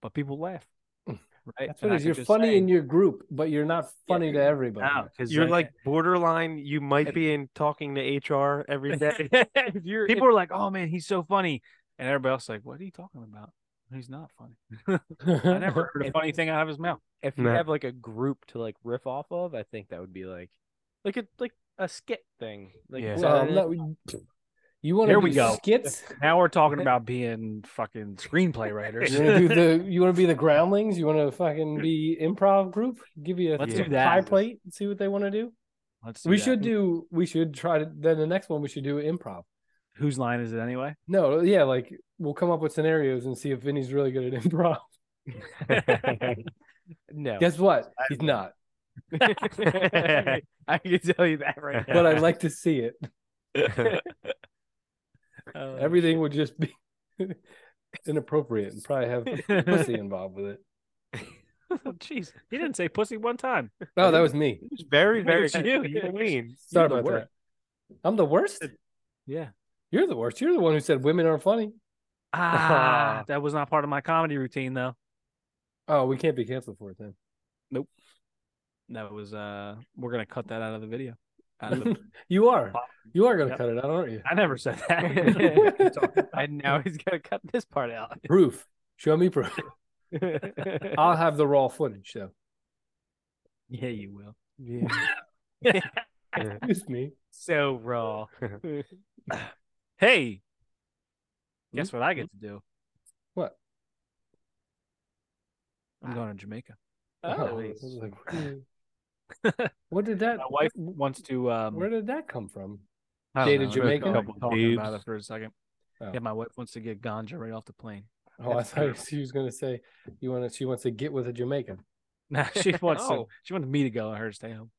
But people laugh, right? That's And what it I is. could You're just funny say, in your group, but you're not funny to everybody. (laughs) "No," 'cause You're I- like borderline. You might be in talking to HR every day. (laughs) If you're people are like, "Oh man, he's so funny," and everybody else is like, "What are you talking about? He's not funny." (laughs) I never heard a funny thing out of his mouth. if you No. have like a group to like riff off of, I think that would be like like a like a skit thing. Like Yeah. Well, (laughs) Saturday no, (laughs) Night- you want to Here do we go. (laughs) skits? Now we're talking about being fucking screenplay You writers. want to do the? You want to be the groundlings? You want to fucking be improv group? Give you a Let's Yeah. do pie that. plate and see what they want to do. Let's do We that. should do. We should try to. Then the next one we should do improv. Whose line is it anyway? No, yeah, like we'll come up with scenarios and see if Vinny's really good at (laughs) improv. no. Guess what? He's not. I can tell you that right now. (laughs) But I'd like to see it. Oh, (laughs) (laughs) Everything would just be inappropriate and probably (laughs) have pussy involved with it. Jeez, he didn't say pussy one time. Oh, that was me. It's very, very Look at you. You're mean. Sorry the about worst. that. I'm the worst. Yeah. You're the worst. You're the one who said women aren't funny. Ah, that was not part of my comedy routine though. Oh, we can't be canceled for it then. That was uh, we're gonna cut that out of the video. out of it. You are. You are going to Yep. cut it out, (laughs) aren't you? I never said that. that. And now he's got to cut this (laughs) part out. proof. Show me proof. I'll have the raw footage, though. yeah, you will. Excuse me. So raw. hey, guess what I get to do? What? I'm going to Jamaica. Oh, I nice. was like, (laughs) hmm. what did that? My wife wants to. Um, Where did that come from? (laughs) I don't Data know, Jamaica? I was talking- talking about Dudes. it for a second. Oh. Yeah, my wife wants to get ganja right off the plane. (laughs) Oh, I thought she was going to say you want to. She wants to get with a Jamaican. Nah, she (laughs) wants to, Oh. she wanted me to go and her to stay home.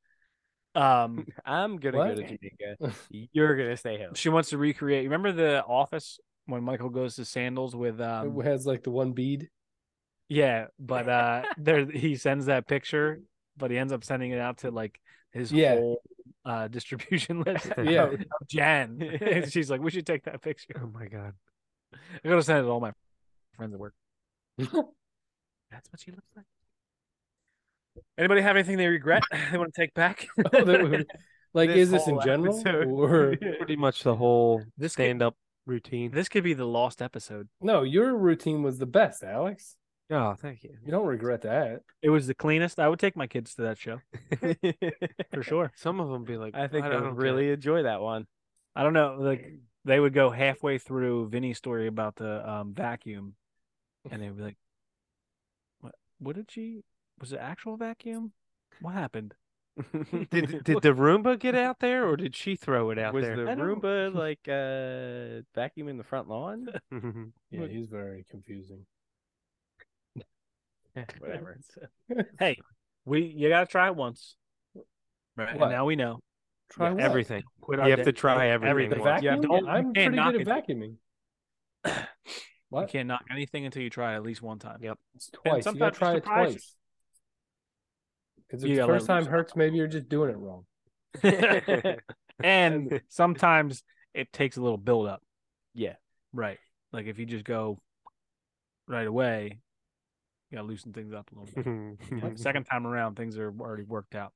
Um, (laughs) I'm gonna What? go to Jamaica. You're gonna stay home. she wants to recreate. Remember the office when Michael goes to sandals with um, it has like the one (laughs) bead. yeah, but (laughs) uh, there he sends that picture, but he ends up sending it out to like his Yeah. whole uh (laughs) distribution (laughs) list. Yeah. of, (laughs) of Jan. (laughs) And she's like, we should take that picture. oh my god. I'm gonna send it to all my friends at work. Oh, That's what she looks like. Anybody have anything they regret (laughs) they want to take back? Oh, that would- like, This is this in whole general (laughs) episode. or Pretty much the whole (laughs) This could- stand up routine. This could be the lost episode. no? Your routine was the best, Alex. Oh, thank you. You don't regret that. It was the cleanest. I would take my kids to that show for sure. Some of them be like, I think I don't would care." really enjoy that one. I don't know. Like they would go halfway through Vinny's story about the um, vacuum, and they'd be like, "What? What did she? Was it actual vacuum? What happened?" (laughs) (laughs) did did the Roomba get out there, or did she throw it out Was there? the I don't- Roomba like uh vacuum in the front lawn? Yeah, (laughs) (laughs) Look. he's very confusing. (laughs) Whatever. We you gotta try it once. Right. What? And now we know. Try what? Everything. Quit You our have to day- try everything The once. Yeah, vacuum. don't- I'm you pretty can't knock good at it. vacuuming. You (coughs) What? can't knock anything until you try it at least one time. Yep. It's twice. You gotta sometimes try you're it surprised. twice. Because You if the gotta let first time loose. hurts, maybe you're just doing it wrong. (laughs) (laughs) and sometimes it takes a little build up. Yeah. Right. Like if you just go right away, you gotta loosen things up a little (laughs) bit. (laughs) Like second time around, things are already worked out.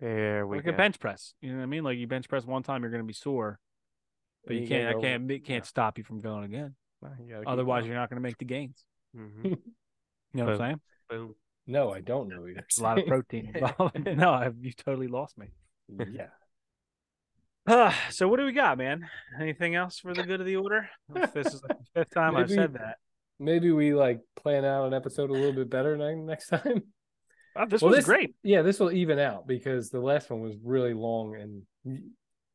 there we like go. a bench press, you know what I mean? Like you bench press one time, you're gonna be sore, but you, can't. I can't. It can't stop you from going again. Otherwise, you're not gonna make the gains. Mhm. You know what Boom. I'm saying? Boom. No, I don't know either. There's (laughs) a lot of protein involved. no, I've, you totally lost me. (laughs) yeah. Uh, so what do we got, man? Anything else for the good of the (laughs) order? If this is like the fifth time I've Maybe- said that. Maybe we like plan out an episode a little bit better ne- next time. (laughs) Oh, this Well, was this- great. Yeah, this will even out because the last one was really long and y-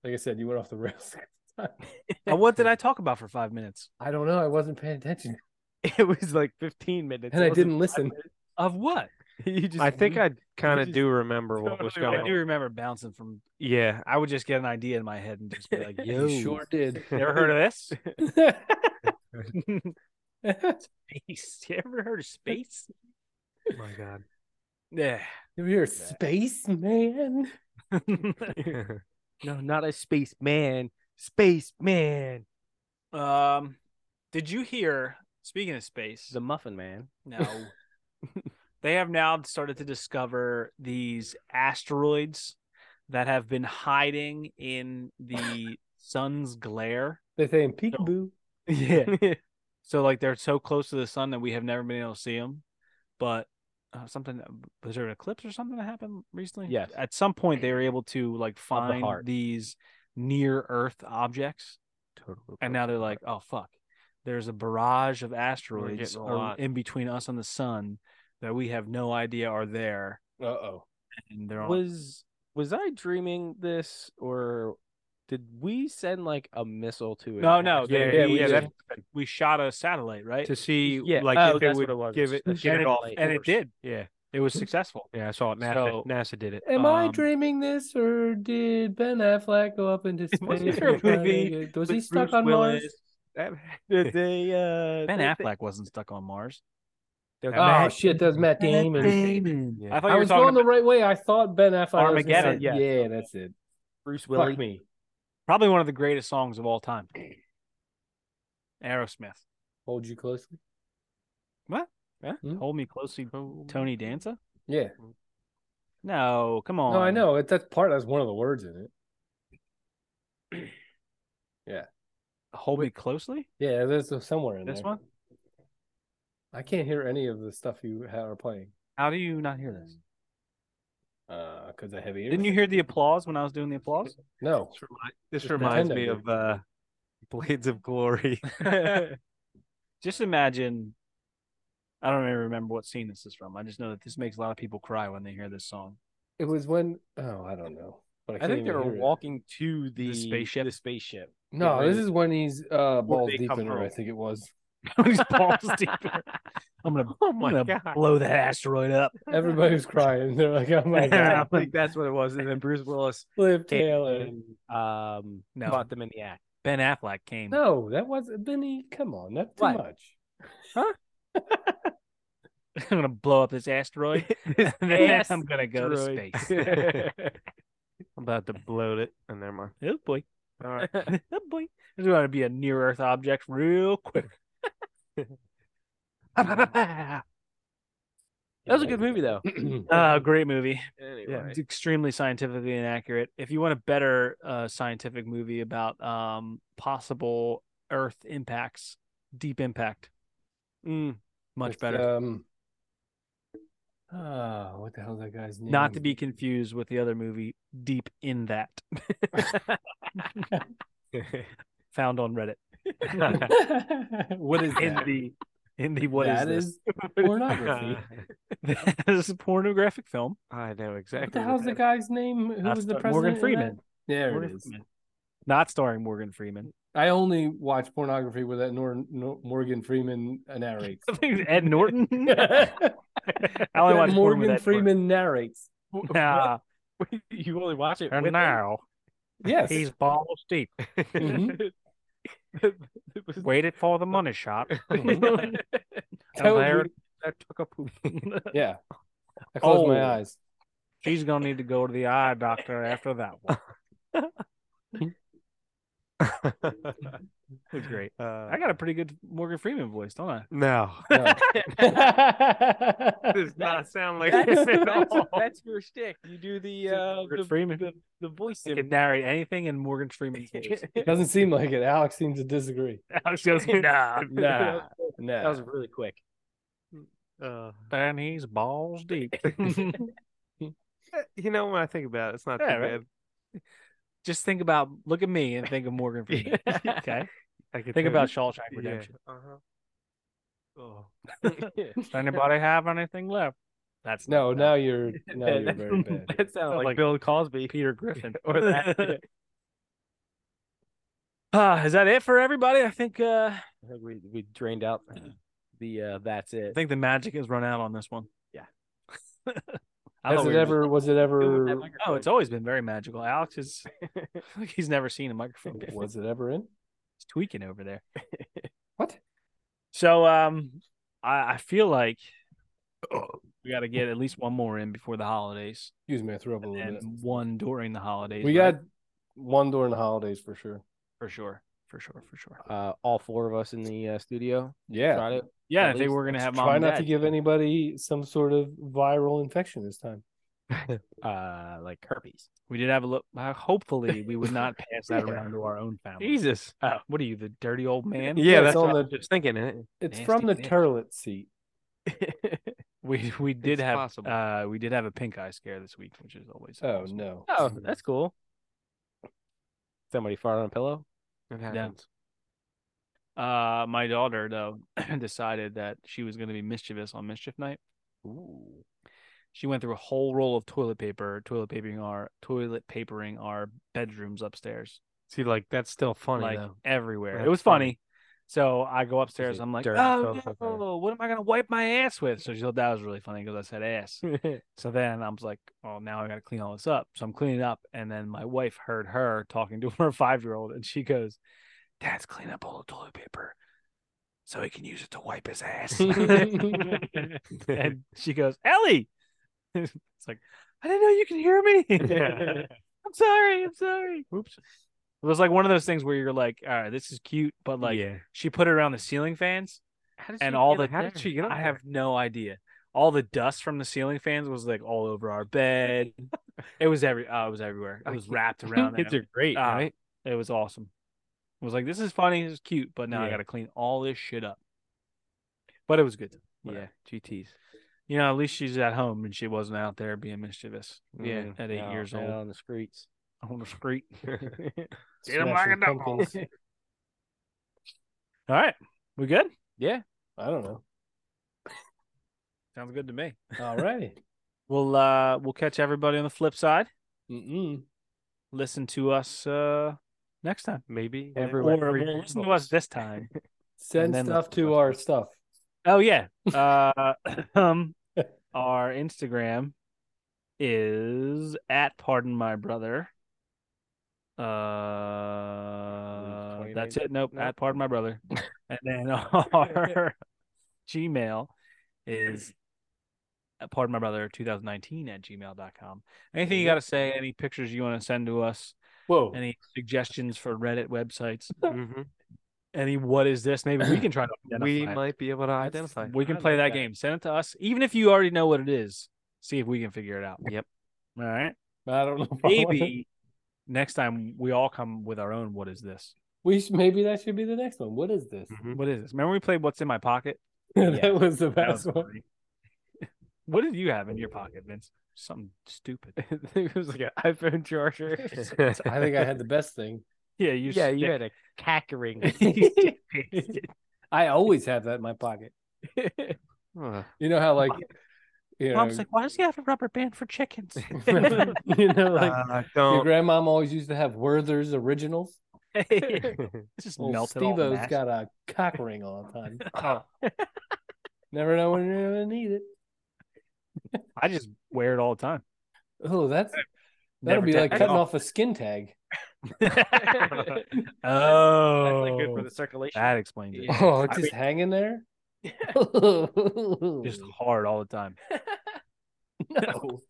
like I said, you went off the rails. (laughs) Uh, what did I talk about for five minutes? I don't know. I wasn't paying attention it was like 15 minutes. and It I wasn't didn't listen. Of what? You just I think I kind of just do (laughs) remember what was I going do on. remember bouncing from. Yeah. I would just get an idea in my head and just be (laughs) like, "Yo, You sure (laughs) (laughs) did. you ever heard of this? If Space? You ever heard of space? Oh my god. Yeah. you're a spaceman. no, not a spaceman. Spaceman. Um, did you hear? Speaking of space, The Muffin Man. no, (laughs) they have now started to discover these asteroids that have been hiding in (laughs) the sun's glare. They're saying peekaboo. Yeah. (laughs) So like they're so close to the sun that we have never been able to see them. But uh, something was there an eclipse or something that happened recently? Yes. At some point they were able to like find heart. these near Earth objects, Total and now they're like, oh fuck, there's a barrage of asteroids getting a ar- lot. in between us and the sun that we have no idea are there, Uh oh. and they're on. was was I dreaming this or did we send like a missile to it? no, no, Yeah, they- yeah, we, we that- did. we shot a satellite, right? to see Yeah. like Oh, if it that's would what it give was. it get And it it- off and it course. did. Yeah. It was successful. Yeah, I saw it. NASA, So- NASA did it. Am I Um, dreaming this or did Ben Affleck go (laughs) up into space? Wasn't there a and try to movie get- was with he stuck Bruce on Mars? Willis? (laughs) That, did they, uh, Ben they- Affleck wasn't stuck on Mars. they- Oh, Oh Matt- shit, that's Matt Damon. I thought I you were was talking about going the right way. I thought Ben Affleck. I was gonna Armageddon, say- yeah. yeah, that's it. Bruce Fuck Willis. me. probably one of the greatest songs of all time. Aerosmith. Hold you closely. Oh. Hold Me Closely, Tony Danza. Yeah. No, come on. No, I know. It, that part has one of the words in it. Hold me closely. Yeah, there's somewhere in This there. one. I can't hear any of the stuff you ha- are playing How do you not hear this? because uh, I have ears. Didn't you hear the applause when I was doing the applause? No. This, remi- this It's reminds Nintendo, me dude. of uh, Blades of Glory. just imagine. I don't even remember what scene this is from. I just know that this makes a lot of people cry when they hear this song. (laughs) It was when. Oh, I don't know. But I, I can't think they even were hear it. walking to the, spaceship? The spaceship. No, when- this is when he's uh, balls they deep come in her. I home. think it was. When he's (laughs) balls deep in her. I'm gonna, (laughs) oh I'm gonna blow that asteroid up. Everybody was crying. They're like, "Oh my (laughs) I god, think that's what it was. And then Bruce Willis Liv came Taylor." and, um, No. caught them in the act. Ben Affleck (laughs) came. No, that wasn't Benny. Come on, not too What? much. I'm gonna blow up this (laughs) asteroid. This and then I'm gonna go to asteroid. space. I'm about to bloat it. And never mind. (laughs) Oh boy. All right. (laughs) Oh boy. There's gonna be a near Earth object real (laughs) quick. that Ah, was a (clears throat) good movie, though. Uh, great movie. Anyway. It's extremely scientifically inaccurate. If you want a better uh, scientific movie about um, possible Earth impacts, Deep Impact, Mm, much With, better. Um, ah, what the hell is that guy's name? Not to be confused with the other movie, Deep in That, (laughs) (laughs) found on (laughs) Reddit. (laughs) what is In that? the in the what is That this? is (laughs) pornography. that is a pornographic film. I know what exactly. (laughs) the hell's the that- guy's name? Who Not was the star- president? Morgan in that? Freeman. There Morgan it is. Freeman. Not starring Morgan Freeman. (laughs) I only watch pornography where that Nor- Nor- Morgan Freeman uh, narrates. (laughs) Ed Norton. (laughs) I That only watch porn with Morgan Ed Norton. Freeman narrates. Nah. (laughs) you only watch it. And (laughs) with now Yes. he's (laughs) balls deep. (laughs) (laughs) Mhm. it was- Waited (laughs) for the money shot. Mhm. That would there- be- I took a poop. (laughs) yeah. I closed Oh. my eyes. She's gonna need to go to the eye doctor after that one. (laughs) That's great. Uh, I got a pretty good Morgan Freeman voice, don't I? no. (laughs) No. (laughs) (laughs) does not (laughs) sound like That's, this at that's, all. that's your shtick. You do the uh, Morgan the, Freeman. the the voice. I could narrate anything in Morgan Freeman's (laughs) voice. (laughs) It doesn't seem like it. Alex seems to disagree. I was just, (laughs) nah. Nah, That nah. was really (laughs) quick. Uh, And he's balls deep. you know, when I think about it, it's not Yeah, too right. bad. just think about, look at me and think of Morgan (laughs) Freeman. Okay. I could Think totally- about Shawshank yeah. Redemption. Uh-huh. Oh. Does anybody have anything left? That's (laughs) No, now no. you're now you're very bad. That sounded like, like- Bill Cosby. Peter Griffin. Or that. (laughs) Uh, is that it for everybody? I think uh, I think (laughs) we we drained out the uh, that's I it. think the magic has run out on this one. Yeah. (laughs) (laughs) I Has thought it we were- ever? Was it ever? Oh, it's always been very magical. Alex (laughs) is (laughs) like he's never seen a microphone. before. Was it ever in? He's tweaking over (laughs) there. What? So um, I, I feel like we got to get at least one more in before the holidays, Excuse me, I threw up a little and bit. one during the holidays. We right? got one during the holidays for sure. for sure, for sure, for sure. uh, all four of us in the uh, studio. Yeah. Tried it. Yeah, At I think least we're gonna let's have mom Try and not dad. to give anybody some sort of viral infection this time. Uh, like herpes. We did have a look. uh, Hopefully, we would not pass that around to our own family. Jesus. Oh, what are you, the dirty old man? (laughs) Yeah, it's that's on what I was the- just thinking. It. It's Nasty from the bitch. toilet seat. We we did It's have possible. uh we did have a pink eye scare this week, which is always Oh awesome. (laughs) no. (laughs) Oh, that's cool. Somebody farted on a pillow. It happens. Uh, my daughter though (clears throat) decided that she was going to be mischievous on mischief night. Ooh. She went through a whole roll of toilet paper, toilet papering our toilet papering our bedrooms upstairs, See, like that's still funny like though. everywhere. That's it was funny. funny. So I go upstairs. it I'm like, dirt oh toilet paper?" no, what am I going to wipe my ass with? So she thought that was really funny because I said ass. (laughs) So then I was like, well, now I got to clean all this up. So I'm cleaning up. And then my wife heard her talking to (laughs) her five year old and she goes, Dad's cleaning up all the toilet paper so he can use it to wipe his (laughs) ass. (laughs) and she goes, Ellie. (laughs) it's like, I didn't know you can hear me. (laughs) I'm sorry. I'm sorry. Oops. It was like one of those things where you're like, all right, this is cute. But like, yeah. she put it around the ceiling fans How did and she all get the it there? I have no idea. all the dust from the ceiling fans was like all over our bed. it was every oh, it was everywhere. It was (laughs) wrapped Oh, around Kids it. are great, Ah, right? It was awesome. I was like, this is funny, this is cute, but now I Yeah. gotta clean all this shit up. But it was good. Yeah, GTs. You know, at least she's at home and she wasn't out there being mischievous Mm-hmm. Yeah. at eight Out- years out old on the streets. on the street. Get 'em Smashing like a dog. pumpkins. All right. We good? I don't know. Sounds good to me. All righty. We'll uh we'll catch everybody on the flip side. Mm-mm. Listen to us uh next time. Maybe Everywhere. Or well, (laughs) listen to us this time. Send then stuff let's- to our stuff. Oh yeah. Uh, (clears throat) um, our Instagram is at pardon my brother. Uh, Believe that's 29? it. Nope. No. At pardon my brother. and then our Gmail is at pardon my brother 2019 at gmail.com. Anything you got to say, any pictures you want to send to us, Whoa. any suggestions for Reddit websites, Mhm. any what is this? Maybe we can try to identify we it. might be able to identify. We can I play like that, that. game. Send it to us, even if you already know what it is. See if we can figure it out. Yep. All (laughs) right. I don't know. (laughs) if I wanna- Maybe next time we all come with our own. What is this? we sh- maybe that should be the next one. What is this? (laughs) Mhm. What is this? Remember we played What's in My Pocket? (laughs) Yeah. that was the That best was one. funny. (laughs) what did you have in your pocket, Vince? Something stupid. it was like an iPhone (laughs) charger. I think I had the (laughs) best thing. (laughs) Yeah, you. yeah, you had a (laughs) cackering. I always have that in (laughs) my pocket. Huh. You know how like, (laughs) you know, Mom's like, why does he have a rubber band for (laughs) chickens? (laughs) you know, like Um, (laughs) Uh, your don't. grandmom always used to have Werther's originals. Just Old melted all the Steve-O's mash. got a cock ring all the time. Oh. (laughs) Never know when you're gonna need it. I just wear it all the time. Oh, that's that'll Never be take like it (laughs) cutting off a skin tag. That's oh, like good for the circulation. that explains it. Yeah. Oh, I it's just hanging there. (laughs) (laughs) just hard all the time. no,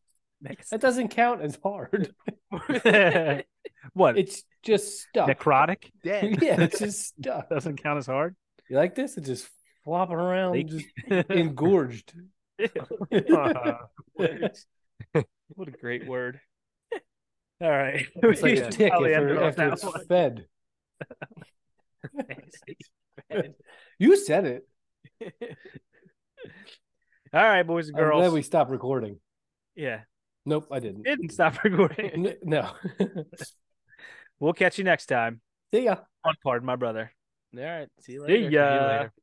that doesn't count as hard. (laughs) what? It's just stuck. necrotic (laughs) yeah, it's just stuck. doesn't count as hard. (laughs) You like this? It's just flopping around, They- just (laughs) engorged. (laughs) Uh-huh. it's what a great word. All right. We (laughs) like should a tick probably after, end it on after that it's one. (laughs) fed. You said it. All right, boys and I'm glad girls. we stopped recording. Yeah. (laughs) Nope, I didn't. Didn't stop recording. N- no. (laughs) We'll catch you next time See ya. on Pardon My Brother. All right. See you later. See ya.